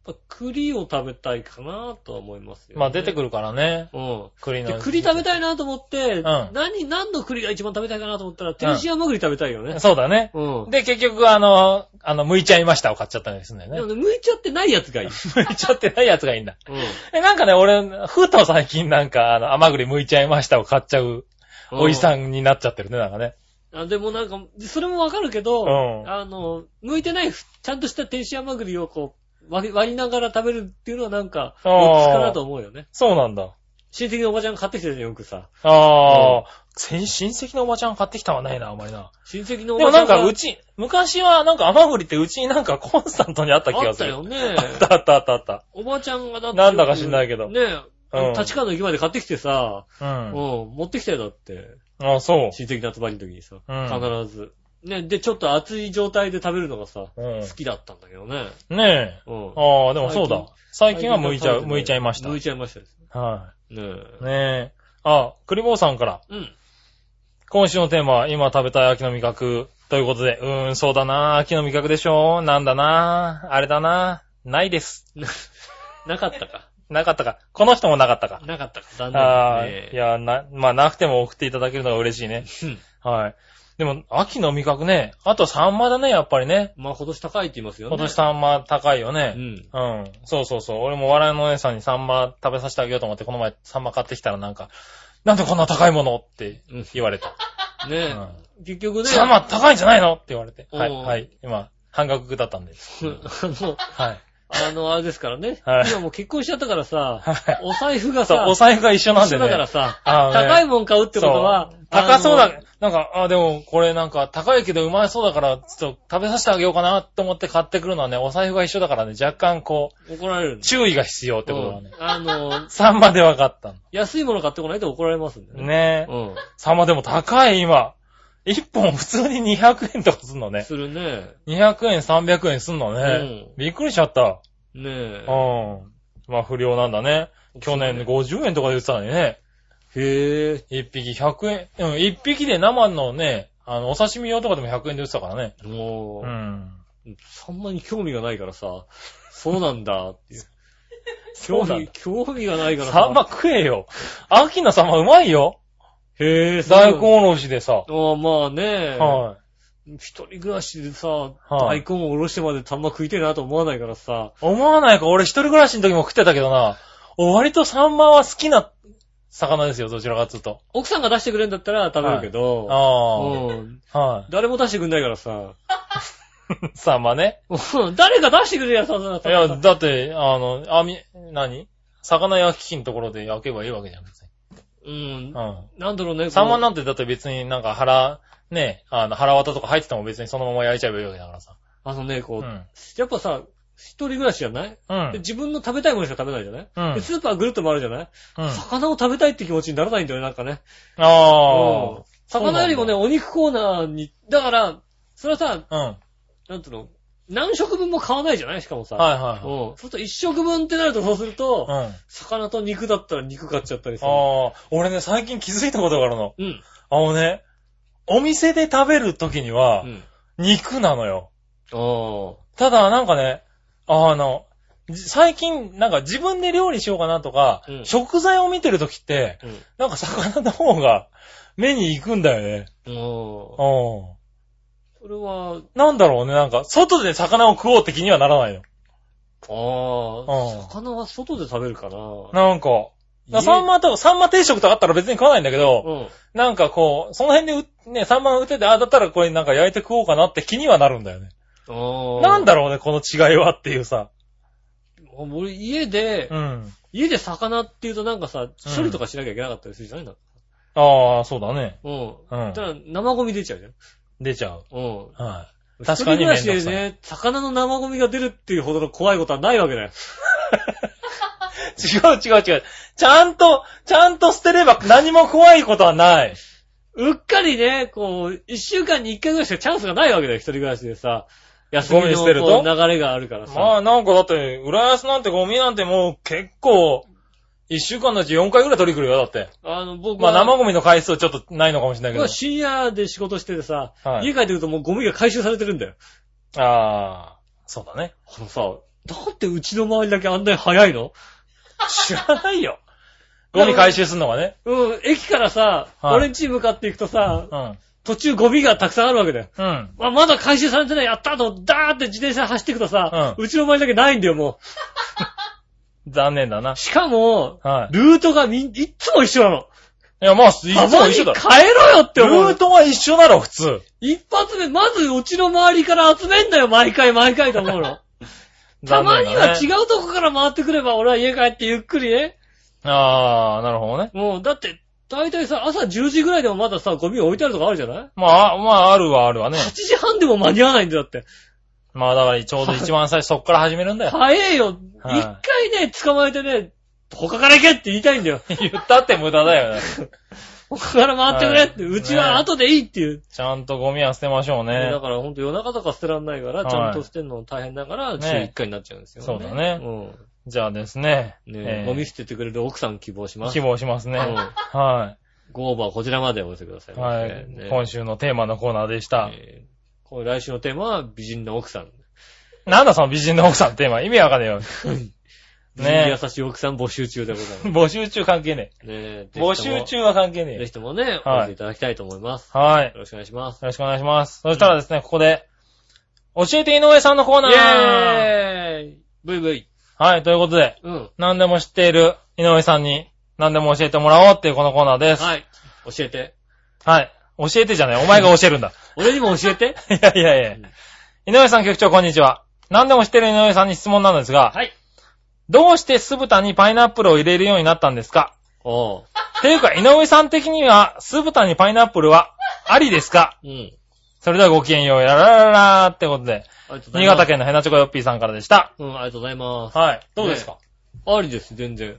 ぱ栗を食べたいかなとは思いますよ、
まあ出てく
る。
るからね。
うん。
栗
で
の。
栗食べたいなと思って、
ん
何、何の栗が一番食べたいかなと思ったら、天津甘栗食べたいよね。
そうだね。
うん。
で、結局、あの、あの、剥いちゃいましたを買っちゃったりするんだ
で
よ
も
ね。
ね、剥いちゃってないやつがいい。
剥いちゃってないやつがいいんだ。 (laughs)
うん。
え、なんかね、俺、ふと最近なんか、あの、甘栗剥いちゃいましたを買っちゃう、おじさんになっちゃってるね、なんかね。
あでもなんか、それもわかるけど、
うん
あの、向いてないふ、ちゃんとした天使甘栗をこう、割り割りながら食べるっていうのはなんか、
あー
おつかなと思うよね。
そうなんだ。
親戚のおばちゃんが買ってきてたじゃん、よくさ。
ああ、先親戚のおばちゃん買ってきたはないな、あんまりな。
親戚のお
で
ば
も
ちゃ
なんん
が。
か、うち、昔はなんか甘栗ってうちになんかコンスタントにあった気
あ
が
っ
す
た
る。
よね。
あったあったあったあった。
おばちゃんがだって。
なんだか知んないけど
ねえ、
うん
立川の駅まで買ってきてさ、
う
うん、
ん。
持ってきたよ、だって。
ああ、そう。
親戚の集まりの時にさ、
うん
必ず。ね、で、ちょっと熱い状態で食べるのがさ、
うん
好きだったんだけどね。
ねえ。
うん。
ああ、でもそうだ。最近は剥いちゃう、
最近は食べてな
剥いちゃいました
剥。いちゃいましたです
は
ね
い。ねえ。あ、栗坊さんから。
うん。
今週のテーマは、今食べたい秋の味覚。ということで、うーん、そうだな秋の味覚でしょなんだなあれだなないです。
な、 (laughs) なかったか。
なかったか。この人もなかったか。
なかったか。残
ああ、
念です
い
ね。
や、な、まあ、なくても送っていただけるのが嬉しいね。
うん
はい。でも、秋の味覚ね。あとサンマだね、やっぱりね。
まあ今年高いって言いますよね。
今年サンマ高いよ
う
ね。
ん。
うん。そうそうそう。俺も笑いのお姉さんにサンマ食べさせてあげようと思って、この前サンマ買ってきたらなんか、なんでこんな高いものって
うん
言われた。
ねえ。結局ね。(laughs)
サンマ高いんじゃないのって言われて。はい。
おー
はい。今、半額だったんです。
あの、
はい。
あの、あれですからね。
はい
今もう結婚しちゃったからさ
はい、
お財布が
そう
さ、、
お財布が一緒なんで
一緒だから
ね。
さ、
あーね
高いもん買うってことは
そう、高そう
あ
だ
の。。
なんか、あ、でも、これなんか、高いけどうまいそうだから、ちょっと食べさせてあげようかなと思って買ってくるのはね、お財布が一緒だからね、若干こ
怒られるん
う、
だ
注意が必要ってことだね。
うんあの、
サンマで分かったん
安いもの買ってこないと怒られますんで
だ。ねえ。
うん。
サンマでも高い、今。一本普通に200円とかすんのね。
するね。
200円、300円すんのね
うん。
びっくりしちゃった。
ね
う
え。
ん。まあ、不良なんだね。去年50円とかで売ってたのにね。
へえ。
一匹100円。うん、一匹で生のね、あの、お刺身用とかでも100円で売ってたからね。
もう
う、ん。
そんなに興味がないからさ、そうなんだっていう。
(laughs) そ
興
うだ。
味、興味がないから
サンマ食えよ。秋のサンマうまいよ。
へぇ、
大根おろしでさ。
ああ、まあね。
はい。
一人暮らしでさ、
い
大根をおろしてまで玉食いてえなと思わないからさ、
思わないか、俺一人暮らしの時も食ってたけどな。割とサンマは好きな魚ですよ、どちらかっつうと。
奥さんが出してくれんだったら食べるけど、う
あ
ん
あ。は
誰も出してくんないからさ、
い。サンマね。
うん誰が出してくれるやつなんだっ
い
たら
や、
さ、
だって、あの、網、何魚焼き器のところで焼けばいいわけじゃん、別に。
うん
う、ん。
なんだろうね、
サンマ
この
なんてだって別になんか腹、ね、あの、腹綿とか入ってても別にそのまま焼いちゃえばいいわけだからさ。
あのね、
う
こう、
ん。
やっぱさ、一人暮らしじゃない
うん
で。自分の食べたいものしか食べないじゃない
うん
でスーパーぐるっと回るじゃない
うん。
魚を食べたいって気持ちにならないんだよね、なんかね。う
あ
ん
あ。
魚よりもね、
そ
お肉コーナーに、だから、それはさ、
うん。はい
なんつうの、何食分も買わないじゃないしかもさ。
はいはい。
うん。そうすると一食分ってなると、そうすると、
うん。あ
魚と肉だったら肉買っちゃったりさ。
あ、俺ね、最近気づいたことがあるの。
うん。
あのね、お店で食べるときに
う
は、
ん。
肉なのよ。
あ
ただ、なんかね、あの、じ最近、なんか自分で料理しようかなとか、
うん
食材を見てるときって、
あ。うん。
なんか魚の方が目に行くんだよね。
ああ。
うん。
それは、
なんだろうね、なんか、外で魚を食おうって気にはならないよ。
あ
う
あ。
ん
魚は外で食べるかな。
なんか、
家
サンマと、サンマ定食とかあったら別に食わないんだけど、
うん。
なんかこう、その辺でう、ね、サンマの売ってて、あ、だったらこれなんか焼いて食おうかなって気にはなるんだよね。
ああ。
なんだろうね、この違いはっていうさ。
俺、家で
う、ん。
家で魚っていうとなんかさ、処理とかしなきゃいけなかったりするじゃないの
ああ、そうだね。
うん。
うん
だから生ゴミ出ちゃうじゃん。
出ちゃう。
うん。
はい。確かにめんど
一
く
人暮らしで
さい。
ね、魚の生ゴミが出るっていうほどの怖いことはないわけだよ。
違う違う違う。ちゃんと、ちゃんと捨てれば何も怖いことはない。
うっかりね、こう、一週間に一回ぐらいしかチャンスがないわけだよ、一人暮らしでさ。休み
ゴミ
の
捨
こう
てると
流れがあるからさ。
まあなんかだって、浦安なんてゴミなんてもう結構、一週間のうち4回ぐらい取り来るよ、だって。
あの、僕
まあ
は、
生ゴミの回数ちょっとないのかもしれないけ
僕
ど
は。深夜で仕事しててさ、
はい
家帰ってくるともうゴミが回収されてるんだよ。
ああ、そうだね。
あのさ、なんでうちの周りだけあんなに早いの
知らないよ。ゴミ回収すんのがね。
うん、駅からさ、
はい
俺ん家向かっていくとさ、
うん。
途中ゴミがたくさんあるわけだよ。
うん。
まあ、まだ回収されてない、やったーと、ダーって自転車で走っていくとさ、うちの周りだけないんだよ、も
残念だな
う。。しかも、
はい。
ルートがみん、いっつも一緒なの。
いや、まあ、いつも
たまに
一緒
変
だ。
えろよって
ル
思う。
ートは一緒だろ、普通。
一発目、まずうちの周りから集めんだよ、毎回毎回と
(laughs)
思うの。た
残
ま
念
には
だね
違うとこから回ってくれば、俺は家帰ってゆっくりね。
ああ、なるほどね。
もう、だって、大体さ、朝10時ぐらいでもまださ、ゴミ置いてあるとかあるじゃない
まあ、あまあ、あるはあるわね。
?8 時半でも間に合わないんだよ、だって。
まあ、だから、ちょうど一番最初、そっから始めるん
(laughs)
だよ。
早えよ。一
はい
回ね、捕まえてね、他から行けって言いたいんだよ。
言ったって無駄だよね。
他から回ってくれって、
はいう
ちは後でいいっていう。
ちゃんとゴミは捨てましょう
ね
ね
だ。からほんと夜中とか捨てらんないから、
はい
ちゃんと捨てるの大変だから、週1回になっちゃうんですよね。
そうだね
うん。
じゃあですね。
ね
えー
ゴミ捨ててくれる奥さん希望します
希。望しますね。
うん
は
ご応募はこちらまでお寄せください
い。
ませ。
はい
ね。
今週のテーマのコーナーでした。
えーこれ来週のテーマは美人の奥さん。
なんだその美人の奥さんのテーマ。意味わかんないよ。
美人に
ね
優しい奥さん募集中でございま
募集中関係ね
す。ね
え。募集。中は関係ね
ぜ
え
ひ。ともね、お寄せいただきたいと思います。
はい。よ
よろしくお願いします。
ろしくお願いします。そしたらですね、ここで、教えて井上さんのコーナー。
イェーイブイブイ。
はい、ということで、
うん。
何でも知っている井上さんに何でも教えてもらおうっていうこのコーナーです。
はい。教えて。
はい。教えてじゃない。お前が教えるんだ。
俺にも教え
(laughs)
て。
いやいやいや。井上さん局長、こんにちは。何でも知ってる井上さんに質問なんですが、
はい。
どうして酢豚にパイナップルを入れるようになったんですか
おう。
っていうか、井上さん的には、酢豚にパイナップルはありですか
うん。
それではごきげんよう、やららららーってことで、
ありがとうござい
新
ます
潟。県のヘナチョコヨッピーさんからでした。
うん、ありがとうございます。
はい。
どうですかありです、全然。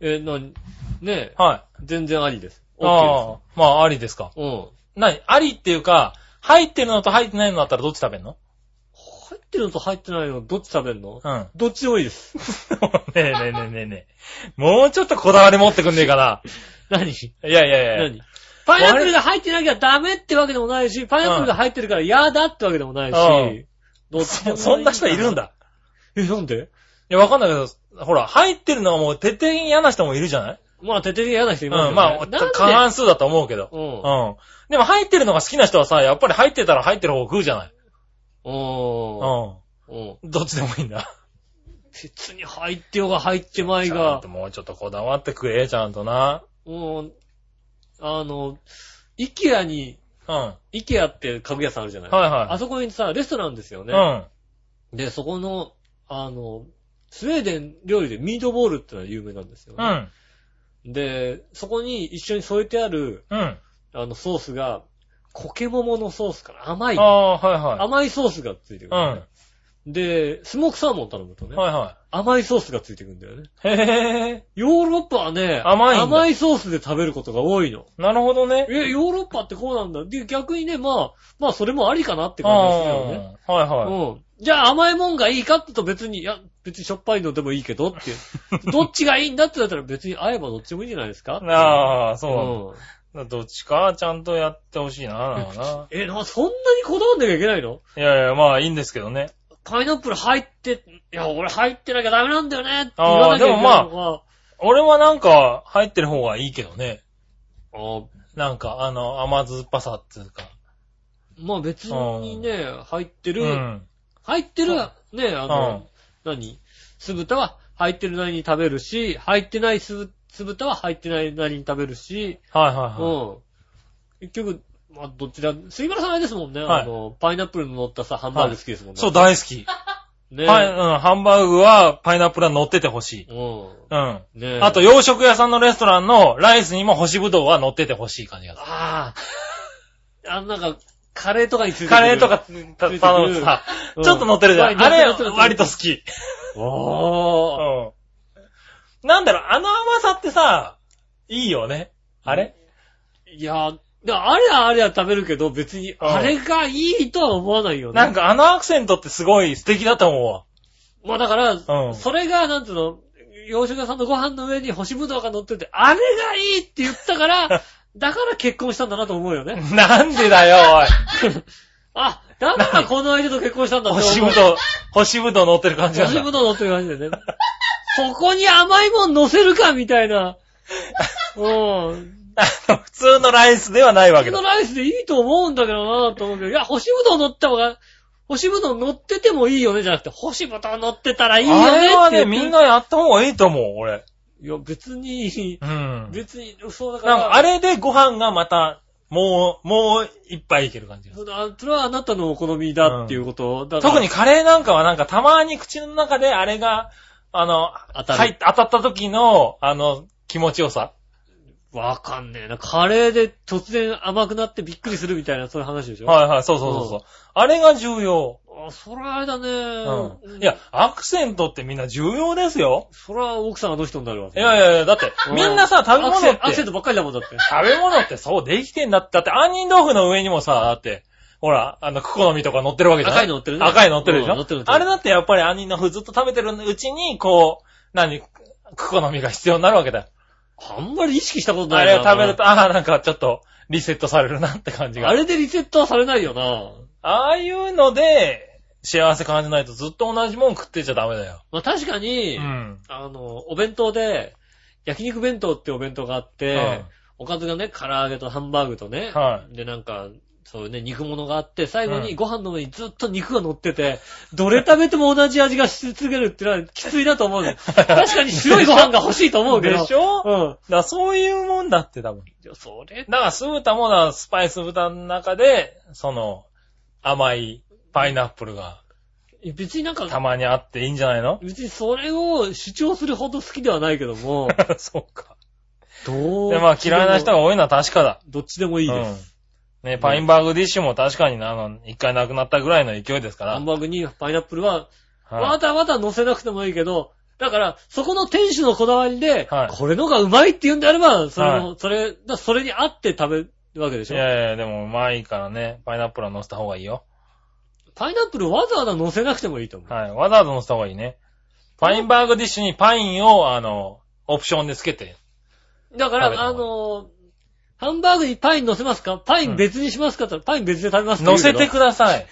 え、なに、ねえ、
はい。
全然ありです。OK
ああ、まあ、ありですか。
です。うん。
なに、ありっていうか、入ってるのと入ってないのだったらどっち食べんの
入ってるのと入ってないの、どっち食べるの (laughs)
うん。
どっちでもいい
(laughs)
です。
ねえねえねえねえねえ。もうちょっとこだわり持ってくんねえかな。
何
いやいやいや。
何パイナップルが入ってなきゃダメってわけでもないし、パイナップルが入ってるから嫌だってわけでもない
うん
し、どっ (laughs) ちでもいい
そそんな人いるん。だ。
え、なんで
いや、わかんないけど、ほら、入ってるのはもう徹底に嫌な人もいるじゃない
まあ、徹底的に嫌な人
う
い
ん、
ますよね。
まあ、
なんで
過半数だと思うけど。う。
うん
でも入ってるのが好きな人はさ、やっぱり入ってたら入ってる方食うじゃない
ん。
う
うん。うん。
ん。どっちでもいいんだ。
別に入ってようが入ってまい
ちゃん
が
と、もうちょっとこだわって食え、ちゃんとな。
うん。あの、イケアに、
うん。は
イケアって家具屋さんあるじゃない
いは
あそこにさ、レストランですよ
い。
ね。
うん。
で、そこの、あの、スウェーデン料理でミートボールってのは有名なんですよ
う
ね。
ん。
で、そこに一緒に添えてある、
うん。
あの、ソースが、コケモモのソースから甘い、
ああ、は
甘いソースがついて
い
く
は
る、ね。で、スモークサーモン頼むと
い。う
ね
ん。、はいは
甘いソースがついてくるんだよね。
い。へえ。
ヨーロッパはね、
甘いんだ
甘いソースで食べることが多いの。
なるほどね。
え、ヨーロッパってこうなんだ。で、逆にね、まあ、まあ、それもありかなって
あ
感じですよね。
あはいはい。
うん。じゃあ甘いもんがいいかって言うと別に、いや、別にしょっぱいのでもいいけどって
(laughs)
いう。どっちがいいんだって言ったら別に合えばどっちでもいいんじゃないですか
ああ、
う
そう。
ん。
どっちか、ちゃんとやってほしいな、なんかな。
え、なそんなにこだわんなきゃいけないの
いやいや、まあいいんですけどね。
パイナップル入って、いや、俺入ってなきゃダメなんだよねって言
あ
わ
あ
なきゃいけないのが。
で俺はなんか、入ってる方がいいけどね。
ああ
なんか、あの、甘酸っぱさっていうか。
まあ別にね、入ってる、
うん。
入ってる、ね、あの、
うん
何酢豚は入ってるなりに食べるし、入ってない酢酢豚は入ってないなりに食べるし、
はいはいは
う
い。
ん。結局、まあ、どちら、杉村さんあれですもんね、
はい
あの、パイナップルの乗ったさ、ハンバーグ好きですもんね。
そう、大好き。
ね。
パイ、うん、ハンバーグはパイナップルは乗っててほしい。
う
うん。
ん。ね
あと、、洋食屋さんのレストランのライスにも干しぶどうは乗っててほしい感じがする。
ああ。あの、なんか、カレーとかについてくる
カレーとかた
ついてくる
頼むとさ、
うん
ちょっと乗ってるじゃん。
乗
あ
ってる
れ
乗ってる乗ってる、
割と好き。
おー。
うん。なんだろう、あの甘さってさ、いいよね。あれ
いや、であれはあれは食べるけど、別に、
うん
あれがいいとは思わないよね。
なんかあのアクセントってすごい素敵だと思うわ。
まあだから、
うん
それが、なんつうの、洋食屋さんのご飯の上に干しぶどうが乗ってて、あれがいいって言った
(laughs)
から、だから結婚したんだなと思うよね。
なんでだよ、
あ、だからこの相手と結婚したん
お
だ
い。
(laughs) って
干
思う。
しぶどう、干しぶどう乗ってる感じ
干
なん
し
だ。
ぶどう乗ってる感じでね。そこに甘いもん乗せるかみたい
(laughs)
な。うん。
あの (laughs) 普通のライスではないわ
こ
けだ
の。ライスでいいと思うんだけどなと思うけど、いや、干しぶどう乗った方が、干しぶどう乗っててもいいよねじゃなくて、干しぶどう乗ってたらいいよねっ
あ
て
れは
言
ね、
って
みん。なやった方がいいと思う、俺。
いや、別に、
うん。
別に、そうだから。
なんか、あれでご飯がまた、もう、もう一杯いける感じがする。
そのあそれはあなたのお好みだっていうこと。だから
特にカレーなんかはなんかたまに口の中であれが、あの、
当たる
入っ当たった時の、あの、気持ちよさ。
わかんねえな。カレーで突然甘くなってびっくりするみたいな、そういう話でしょ
はいはい、そうそうそうそう。あれが重要。
あ、そらあれだね。
うん。いや、、アクセントってみんな重要ですよ。
そら奥さんがどう人になるわ。
いやいやいや、だって、
うん
みんなさ、食べ
ア
物
ク
っ
セ
て
ン、アクセントばっかりだもんだって。
食べ物ってそうできてんだって。だって、杏仁豆腐の上にもさ、だって、ほら、あの、クコの実とか乗ってるわけじゃな
赤
い
いの乗ってるね
赤いの乗ってるでしょ、
うん乗ってる乗ってる
あれだってやっぱり杏仁豆腐ずっと食べてるうちに、こう、何、クコの実が必要になるわけだよ。
あんまり意識したこと
あ
ないな。
れを食べると、ああ、なんかちょっと、リセットされるなって感じが。
あれでリセットはされないよな。
ああいうので、幸せ感じないとずっと同じもん食ってちゃダメだよ。
まあ確かに、
うん。
あの、お弁当で、焼肉弁当ってお弁当があって、
うん
おかずがね、唐揚げとハンバーグとね、
は
で、なんか、そうね、肉物があって、最後
う
に
ん
ご飯の上にずっと肉が乗ってて、どれ食べても同じ味がし続けるってのはきついなと思
(laughs)
うの。確かに白いご飯が欲しいと思うけど。
でしょ、だか
うん。
らそういうもんだって多分。
いやそれ、
だから酢豚もな、スパイス豚の中で、その、甘いパイナップルが
別になん
た
か、
まにあっていいんじゃないの (laughs)
別にそれを主張するほど好きではないけども、
そうか。
どう
(laughs) で、まあ嫌いな人が多いのは確かだ。
どっちでもいいです。
うん。ね、パインバーグディッシュも確かになあの、一回なくなったぐらいの勢いですか
ハ
ら
ン。バーグにパイナップルは、
は
わざわざ乗せなくてもいいけど、だから、そこの店主のこだわりで、
はい
これのがうまいって言うんであれば、それも、
は
それ、だそれに合って食べるわけでし
い、い
ょ。
やいや、でもうまいからね、パイナップルは乗せた方がいいよ。
パイナップルわざわざ乗せなくてもいいと思う。
はい。わざわざ乗せた方がいいね。パインバーグディッシュにパインを、あの、オプションでつけて。
だか
食
ら、
べた
あ
方がいい
のーハンバーグにパイン乗せますかパイ
うん
ン別にしますかって言ったらパイン別で食べますって言
乗
うけ
せ
ど
てください。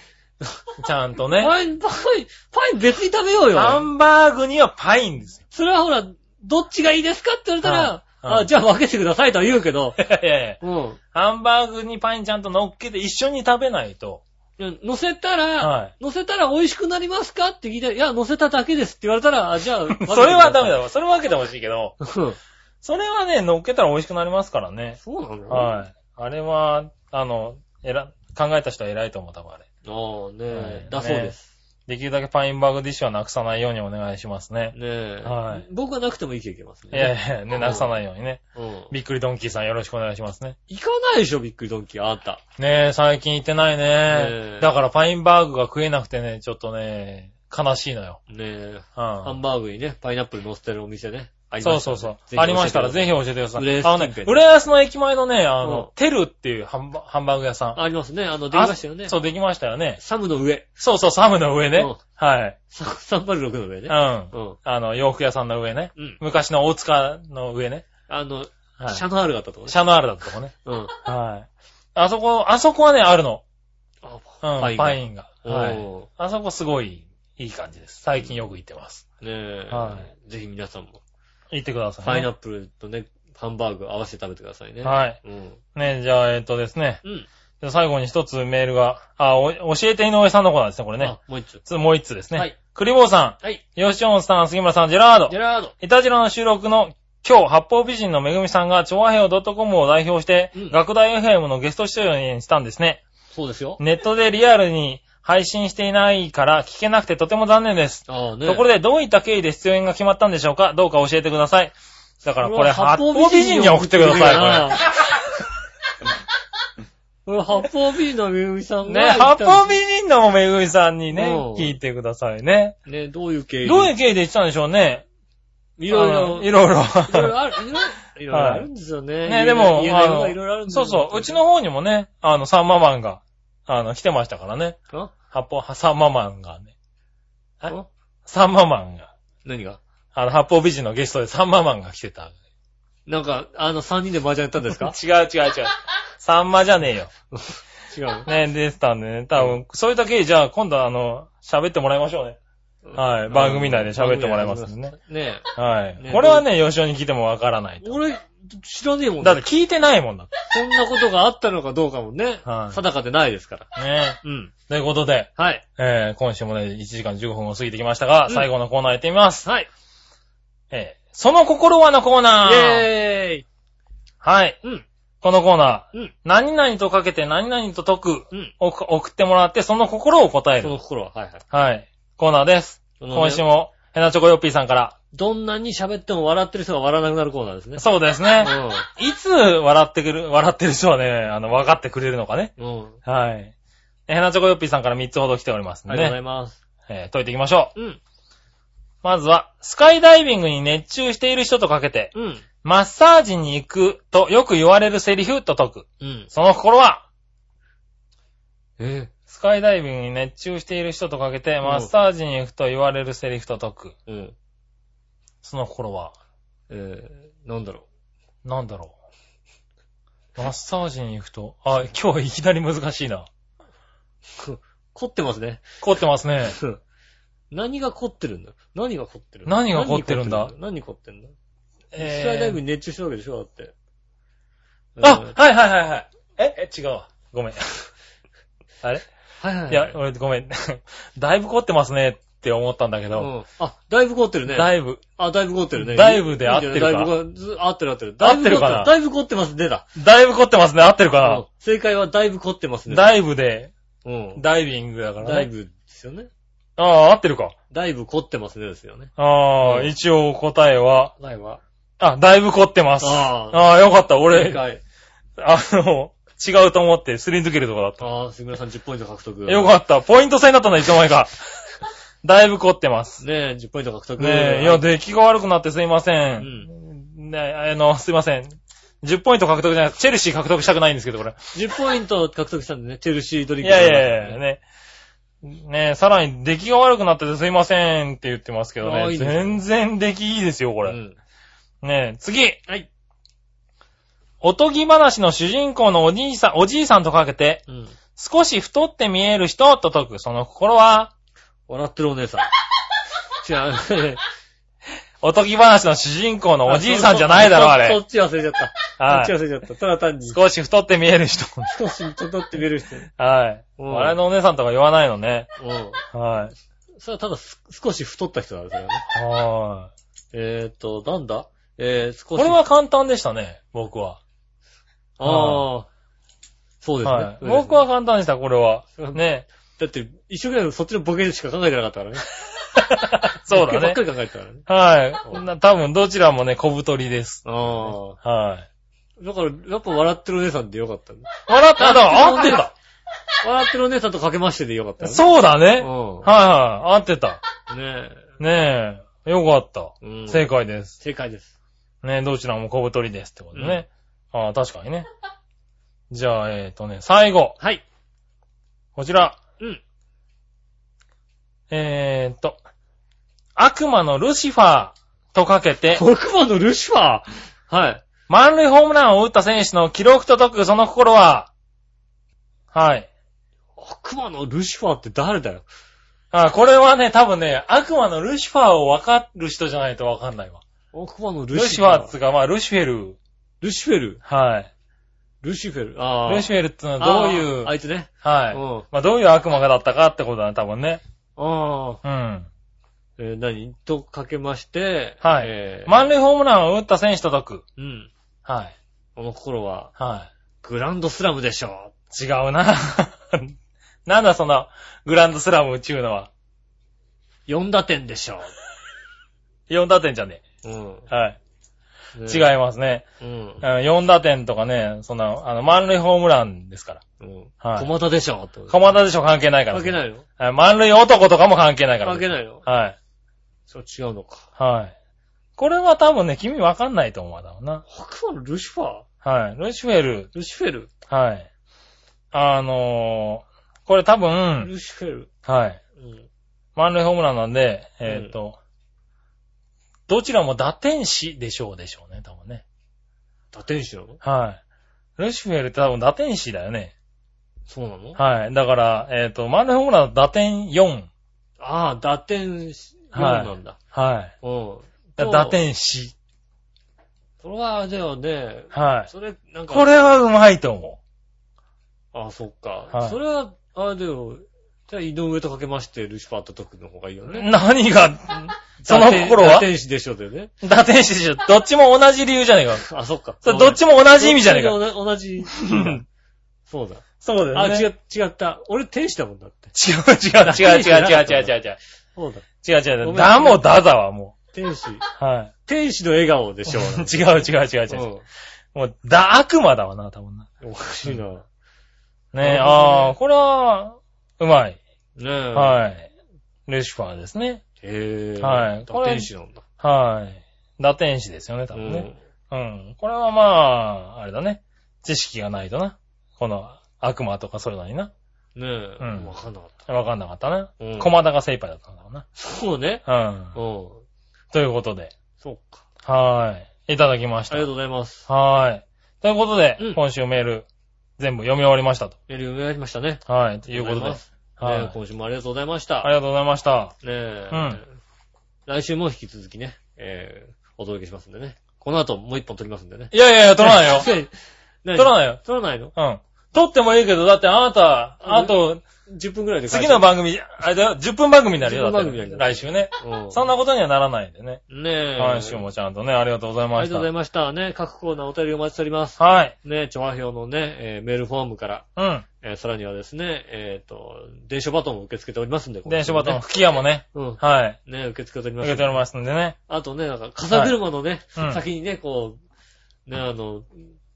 ちゃんとね。
パイン、パイン、パイン別に食べよう
ハ
よ。
ンバーグにはパインですよ。
それはほら、どっちがいいですかって言われたら、
はいはい
あ、じゃあ分けてくださいとは言うけど、
(laughs) いやいやいや
うん。
ハンバーグにパインちゃんと乗っけて一緒に食べな
(laughs)
いと。
うん乗せたら、
はい
乗せたら美味しくなりますかって聞いたら、いや、乗せただけですって言われたら、あじゃあ、
(laughs) それはダメだ
わ。
わ。それは分けてほしいけど。
うん
それはね、乗っけたら美味しくなりますからね。
(laughs) そうなの
はい。あれは、あの、えら、考えた人は偉いと思う、多分あれ。
い。ああ、ねえ、
はい
だそうです。
できるだけパインバーグディッシュはなくさないようにお願いしますね。
ねえ、
はい
僕はなくても生きていけますね。
いやいや、ね、なくさないようにね。
うん。
びっくりドンキーさんよろしくお願いしますね。
行かないでしょ、びっくりドンキー。あんた。
ねえ、最近行ってない
ね
ね
え。
だからパインバーグが食えなくてね、ちょっとね、悲しいのよ。
ねえ、
う
ハン
ん。
バーグにね、パイナップル乗せてるお店ね。ありま
そう
した
そ
ね
うそう。ありましたらぜひ
教えてください
教えてくださ
浦安近
い。あのね
辺、で
浦安の駅前のね、あ
うん
の、テルっていうハンバハンバーグ屋さん。
ありますね。あの、出ましたよね。
あそう、できましたよね。
サムの上。
そうそう、サムの上
う
ね
ん。
はい。
サ306の上
う
ね
ん。。あ
うん。
の、洋服屋さんの上ね。
うん。
昔の大塚の上ね。
あの、
はい。
シャノアールだったとこね。
シャノアールだったとこね。
うん。
はい。あそこ、あそこはね、あるの。
あ
うん、パインが。はい。
おー
あそこすごい、いい感じです。最近よく行ってます。
ねえ。
は
ぜひ皆さんも、
行ってください、ね。
パイナップルとね、ハンバーグ合わせて食べてくださいね。
はい。
うん。
ね、じゃあ、えっとですね。
うん。
じゃあ最後に一つメールが、あ、お教えて井上さんのコーナーですね、これね
あ。、もう一つ。
つもう一つですね。
はい。
栗坊さ
はい。
ん、吉本さん、杉村さん、ジェラード
ジェ。ラード。
イタジラの収録の今日、八方美人のめぐみさんが、調和平和 .com を代表して、
うん
学大 FM のゲスト出演したんですね。
そうですよ。
ネットでリアルに配信していないから聞けなくてとても残念です。
ああね。
ところで、どういった経緯で出演が決まったんでしょうかどうか教えてください。だからこれ、八方美人に送ってください、こ
これ。これ、八方美人のめぐみさ
れ。
ん
ね、
が言ったん
八
です。
方美人のめぐみさんにね
うん、
聞いてくださいね。
ね、どういう経緯
どういう経緯で言ってたんでしょうね。
いろ
あ
いろ。
のいろいろ。
い (laughs) ろいろある、いろいろいろいろあるんですよね。
ね、でも、
言えないこ
あ
とが
の
いろいろあるんです
そ
よ
うそう、うちの、方にもね、あの、サンママンが、あの、来てましたからね。
あ
八方、サンママンがね。
あ
サンママンが、
何が
あの、八方美人のゲストでサンママンが来てた。
なんか、あの、3人で麻雀やったんです
(laughs)
か
違
(laughs)
う違う違う。サンマじゃねえよ。
違うの。
ね、でしたんでね。多分、そういう時、じゃあ今度あの、喋ってもらいましょうね。はい。番組内で喋ってもらいますんでね。
ね
はい。
ね
これはね、吉尾に聞いてもわからない。
え。俺、知らねえもん
だ
だ
って聞いてないもんだっ
こんなことがあったのかどうかもね、
はい
定かでないですから。
て。ね
うん。
ということで、
はい。
えー、今週もね、1時間15分を過ぎてきましたが、
うん
最後のコーナー行ってみます。
はい。
えー、その心はのコーナ
イ
ー
ェーイ
はい。
うん。
このコーナー、
うん
何々とかけて何々と解く
うん。
を送ってもらって、その心を答え
そ
る。
の心は、はいはい。
はい。コーナーです。
このね
今週も、ヘナチョコヨッピーさんから。
どんなに喋っても笑ってる人が笑わなくなるコーナーです
(laughs)
ね。
そうですね。いつ笑ってくる、笑ってる人はね、あの、分かってくれるのかね。
うん。うん。
はい。えヘナチョコヨッピーさんから3つほど来ております
あ
ん
りが
で
とうござい
ね。
ます。
えー解いていきましょう。
うん。
まずは、スカイダイビングに熱中している人とかけて、
うん。
マッサージに行くとよく言われるセリフと解く。
うん。
その心は、
え
スカイダイビングに熱中している人とかけて、
ん
マッサージに行くと言われるセリフと解く。
え。うん。
その心は、
えー、なんだろ
なんだろう。マッサージに行くと、あ、今日いきなり難しいな。
う。凝ってますね。 (laughs)
凝ってますね。
何が凝ってるんだ何が凝ってる
何が凝ってるんだ
何凝ってんだ
えー
スカイダイブに熱中してるわけでしょだって。
あ、はいはいはいはい。え、え、違うわ。ごめん。 (laughs) あれ
あはいはいはい。
いや、俺ごめん。 (laughs) だいぶ凝ってますねって思ったんだけ
う
ど、
ん。あ、だいぶ凝ってるね。
だいぶ、
あ、だいぶ凝ってるね。
だいぶで合ってるか
いいねだいぶず合ってる合ってる。
合ってるかな
だいぶ凝ってますねだ。
だいぶ凝ってますね。合ってるか
うん正解はだいぶ凝ってます
な
ね。
だいぶで、
うん。
ダイビングだからね。
だいぶですよね。
ああ、合ってるか。
だいぶ凝ってますねですよね。
ああ、
うん
一応答えは、
だいぶ。
あ、だいぶ凝ってます。
ああ
ああ、よかっ
正
た。俺、あ
解。
の、違うと思って、すり抜けるとこだっ
ああ、杉村さん10ポイント獲得。
た。よかった。ポイント制だったんだ、いつの間に
(laughs)
か。だいぶ凝ってます。
ねえ、10ポイント獲得。
ねえ、いや、出来が悪くなってすいませ。
うんん。
ね、あの、すいません。10ポイント獲得じゃないチェルシー獲得したくないんですけど、これ。
10ポイント獲得したんでね、チェルシードリ
い
ンク。
やいやいや、ね。ねさらに出来が悪くなっててすいませんって言ってますけど
ああ
ね。
いいですね
全然出来いいですよ、こ
こ
れ。
うん。
ね次。
はい。
おとぎ話の主人公のおじいさん、おじいさんとかけて、
うん。
少し太って見える人と解く。その心は、
笑ってるお姉さん。違う。
おとぎ話の主人公のおじいさんじゃないだろ、あ
そそ
れ。
っち忘れちゃった。
は
そっ
い。
ち忘れちゃった。ただ単に、
少し太って見える人。
少しちょっとって見える人。
はい。
うん
我のお姉さんとか言わないのね。
うん。
はい。
それはただす、少し太った人なんですよね。
はい。
えーっと、なんだえー、少し。
これは簡単でしたね、僕は。
ああ。そうですね。
はい。
そうですね
僕は。簡単でした、これは。
うん
ね。
だって、一生懸命そっちのボケしか考えてなかったからね。
(laughs) そう
ボケ
だ
ばっ
ね
か。り考えてたからね。
は
う
い。な多分どちらもね、小太りです。
あ
はい。
あ。だから、やっぱ笑ってるお姉さんでよかったね。
笑った、あ、だから合ってた。
笑ってるお姉さんとかけましてでよかったね。
そうだ
う
ね。はい
ん。
はい、合ってた。
ねえ。
ねえ。よかった。
うん
正解です。
正解です。
ねどちらも小太りですってことね。ああ、確かにね。じゃあ、えっとね、最後。
はい。
こちら。
うん。
えーっと、悪魔のルシファーとかけて、
黒魔のルシファーはい。
満塁ホームランを打った選手の記録と解く、その心は、はい。
悪魔のルシファーって誰だよ。
あ、これはね、多分ね、悪魔のルシファーを分かる人じゃないと分かんないわ。
悪魔のル
ル
シ
シフ
ファ
ァ
ー。
ーっつうか、まあ、ルシフェル。
ルシフェル。
はい。
ルシフェル。ああ。
ルシ
ェ
フェルってのはどういう、
あ
はい
いつね。。うん
まあ、どういう悪魔がだったかってことだね、多分ね。
ああ。
うん。
えー何とかけまして。
はい
えー
満塁ホームランを打った選手と解く。
うん。
はい。
この心は、
は
グランドスラムでしょ
い。違うな。 (laughs) なんだその、グランドスラムちゅうのは。
う。4打点でしょ
4打点じゃね
う。うん。
え。はい。
ね
違いますね。
うん。
あの4打点とかね、そんな、あの、満塁ホームランですから。
うん。
はい
駒田でしょってこと
駒田でしょ関係ないから。。
関係ないいの
満塁男とかも関係ないから。
関係ないの
はい。
そう違うのか。
はい。これは多分ね、君わかんないと思うだろうな。
白馬のルシファー
はい。ルシフェル。
ルシフェル、
はい。あのー、これ多分、
ルシフェル。
はい。
うん。
満塁ホームランなんで、えっ、と、どちらも打天使でしょうでしょうね、多分ね。
打天使なの
はい。ルシフェルって多分打天使だよね。
そうなの
はい。だから、えっ、と、マンネホームラン打点4。
ああ、打天使、
はい
なんだ。
はい。
うん。
だ打天使。
それは、ではね、
はい。
それ、なんか、
これはうまいと思
ああ、そっか。
はい
それは、ああ、でも、じゃあ、井上とかけまして、ルシファーと解くの方がいいよ
う。
ね。
何が、その心
打
は
天使でしょだよね。
打天使でしょ。どっちも同じ理由じゃねえか。
あ、そっか。
それどっちも同じ意味じゃねえか。
か。同じ。
うん
そうだ。
(laughs) そうだ
あ、違
違う。
う、違った。俺天使だもんだって。
違う違う違う違う違う違う違う違う。
そうだ。
違う違う
ごめん
だもだざはも
天使。
う。はい。
天使の笑顔でしょ。
違う違う (laughs) 違う違う。もう、だ、悪魔だわな、多分な。
うん。おかしいな。ね
ねえ、
なるほどね
ああ、これは、うまい。
え。
はい。ルシファーですね。
い。へえ。
はい
だ天使なんだ。
はい。打天使ですよね、多分ね。うん。これはまあ、あれだね。知識がないとな。この、悪魔とかそういうのにな。
うん。ねえ。
うん
わかんなかった。
わかんなかったな。
うん
駒田が精一杯だったんだろうな。
そうね。
うん
う。ん。
ということで。
そうか。
はい。いただきまし
あ
た。
りがとうございます。
はい。ということで、
うん
今週メール、全部読み終わりましたと。
メール読みましたね。
はい。ということ
ありがとう
で。はい
ございます。ねえ今週もありがとうございました。
ありがとうございました。
ねえ。
うん
来週も引き続きね、えー、お届けしますんでね。この後もう一本撮りますんでね。
いやいやいや、取らな
(laughs)
いよ。
よ。
取
取
らないよ。
撮らないの
うん。取ってもいいけど、だってあなた、
うん
あと、
?10 分くらいで
次の番組、あれだよ、10分番組になるよ、だっ
10分番組にな
て。
るよ
来週ね。
組
(laughs) そんなことにはならないんでね。
うん。ねえ。
来週もちゃんとね、ありがとうござい
あり
ま
が
し
とう
た
ござ。いました。ね、各コーナーお便りお待ちしております。
はい。
ね、調和表のね、えーメールフォームから、
うん。
えーさらにはですね、えっ、と、電書バトンも受け付けておりますんで。
電子バトン、
こ
吹き矢もね、
こね。
はい。
うん。ね、受け付けております
受け
ん
て
で。
おりますんでね。
あとね、なんか、傘車のね、
はいうん
先にね、こう、ね、あの、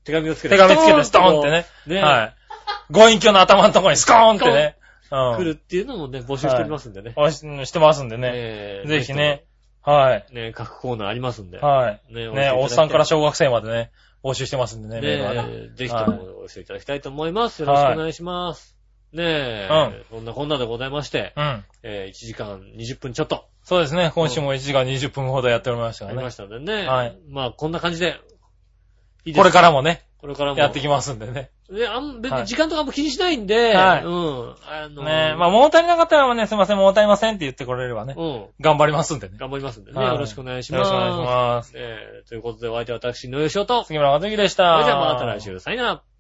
手紙をつけて。
手紙つけて、ストーンってね。
ね、
はい。ご隠居の頭のところにスコーンってね。
来
う
る
ん。
っていうのもね、募集しておりますんでね。
おししてますんでね。
ね
ぜひね。。はい。
ね、各コーナーありますんで。
はい。
ね
ね、おっさんから小学生までね、募集してますんで
ね
ね、メールはね。
ぜひともお寄せいただきたいと思います。よろしくお願いします。ねえ、そんなこんなでございまして、
うん。
えー1時間20分ちょっと
そうですね、今週も1時間20分ほどやっておりました
あ
か
り
ら
ま
ね。
したんでね。
はい
まあ、こんな感じで、いいです
これからもね、
これからも。
やってき
ま
ますんでね。
す。ね、あん、別
は
に
い
時間とかも気にしないんで、
はい
うん。あの、
ねまあ物足りなかったらね、すいません、物足りませんって言ってこれればね、
うん。
頑張りますんでね。
頑張りますんでね。
はい
よろしくお願いし
よ
ま
ろ
す。
しくお願いします。
えーということで、お相手は私、井上翔と。それ
杉村和樹でした。
じゃあまた来。週。さよなら。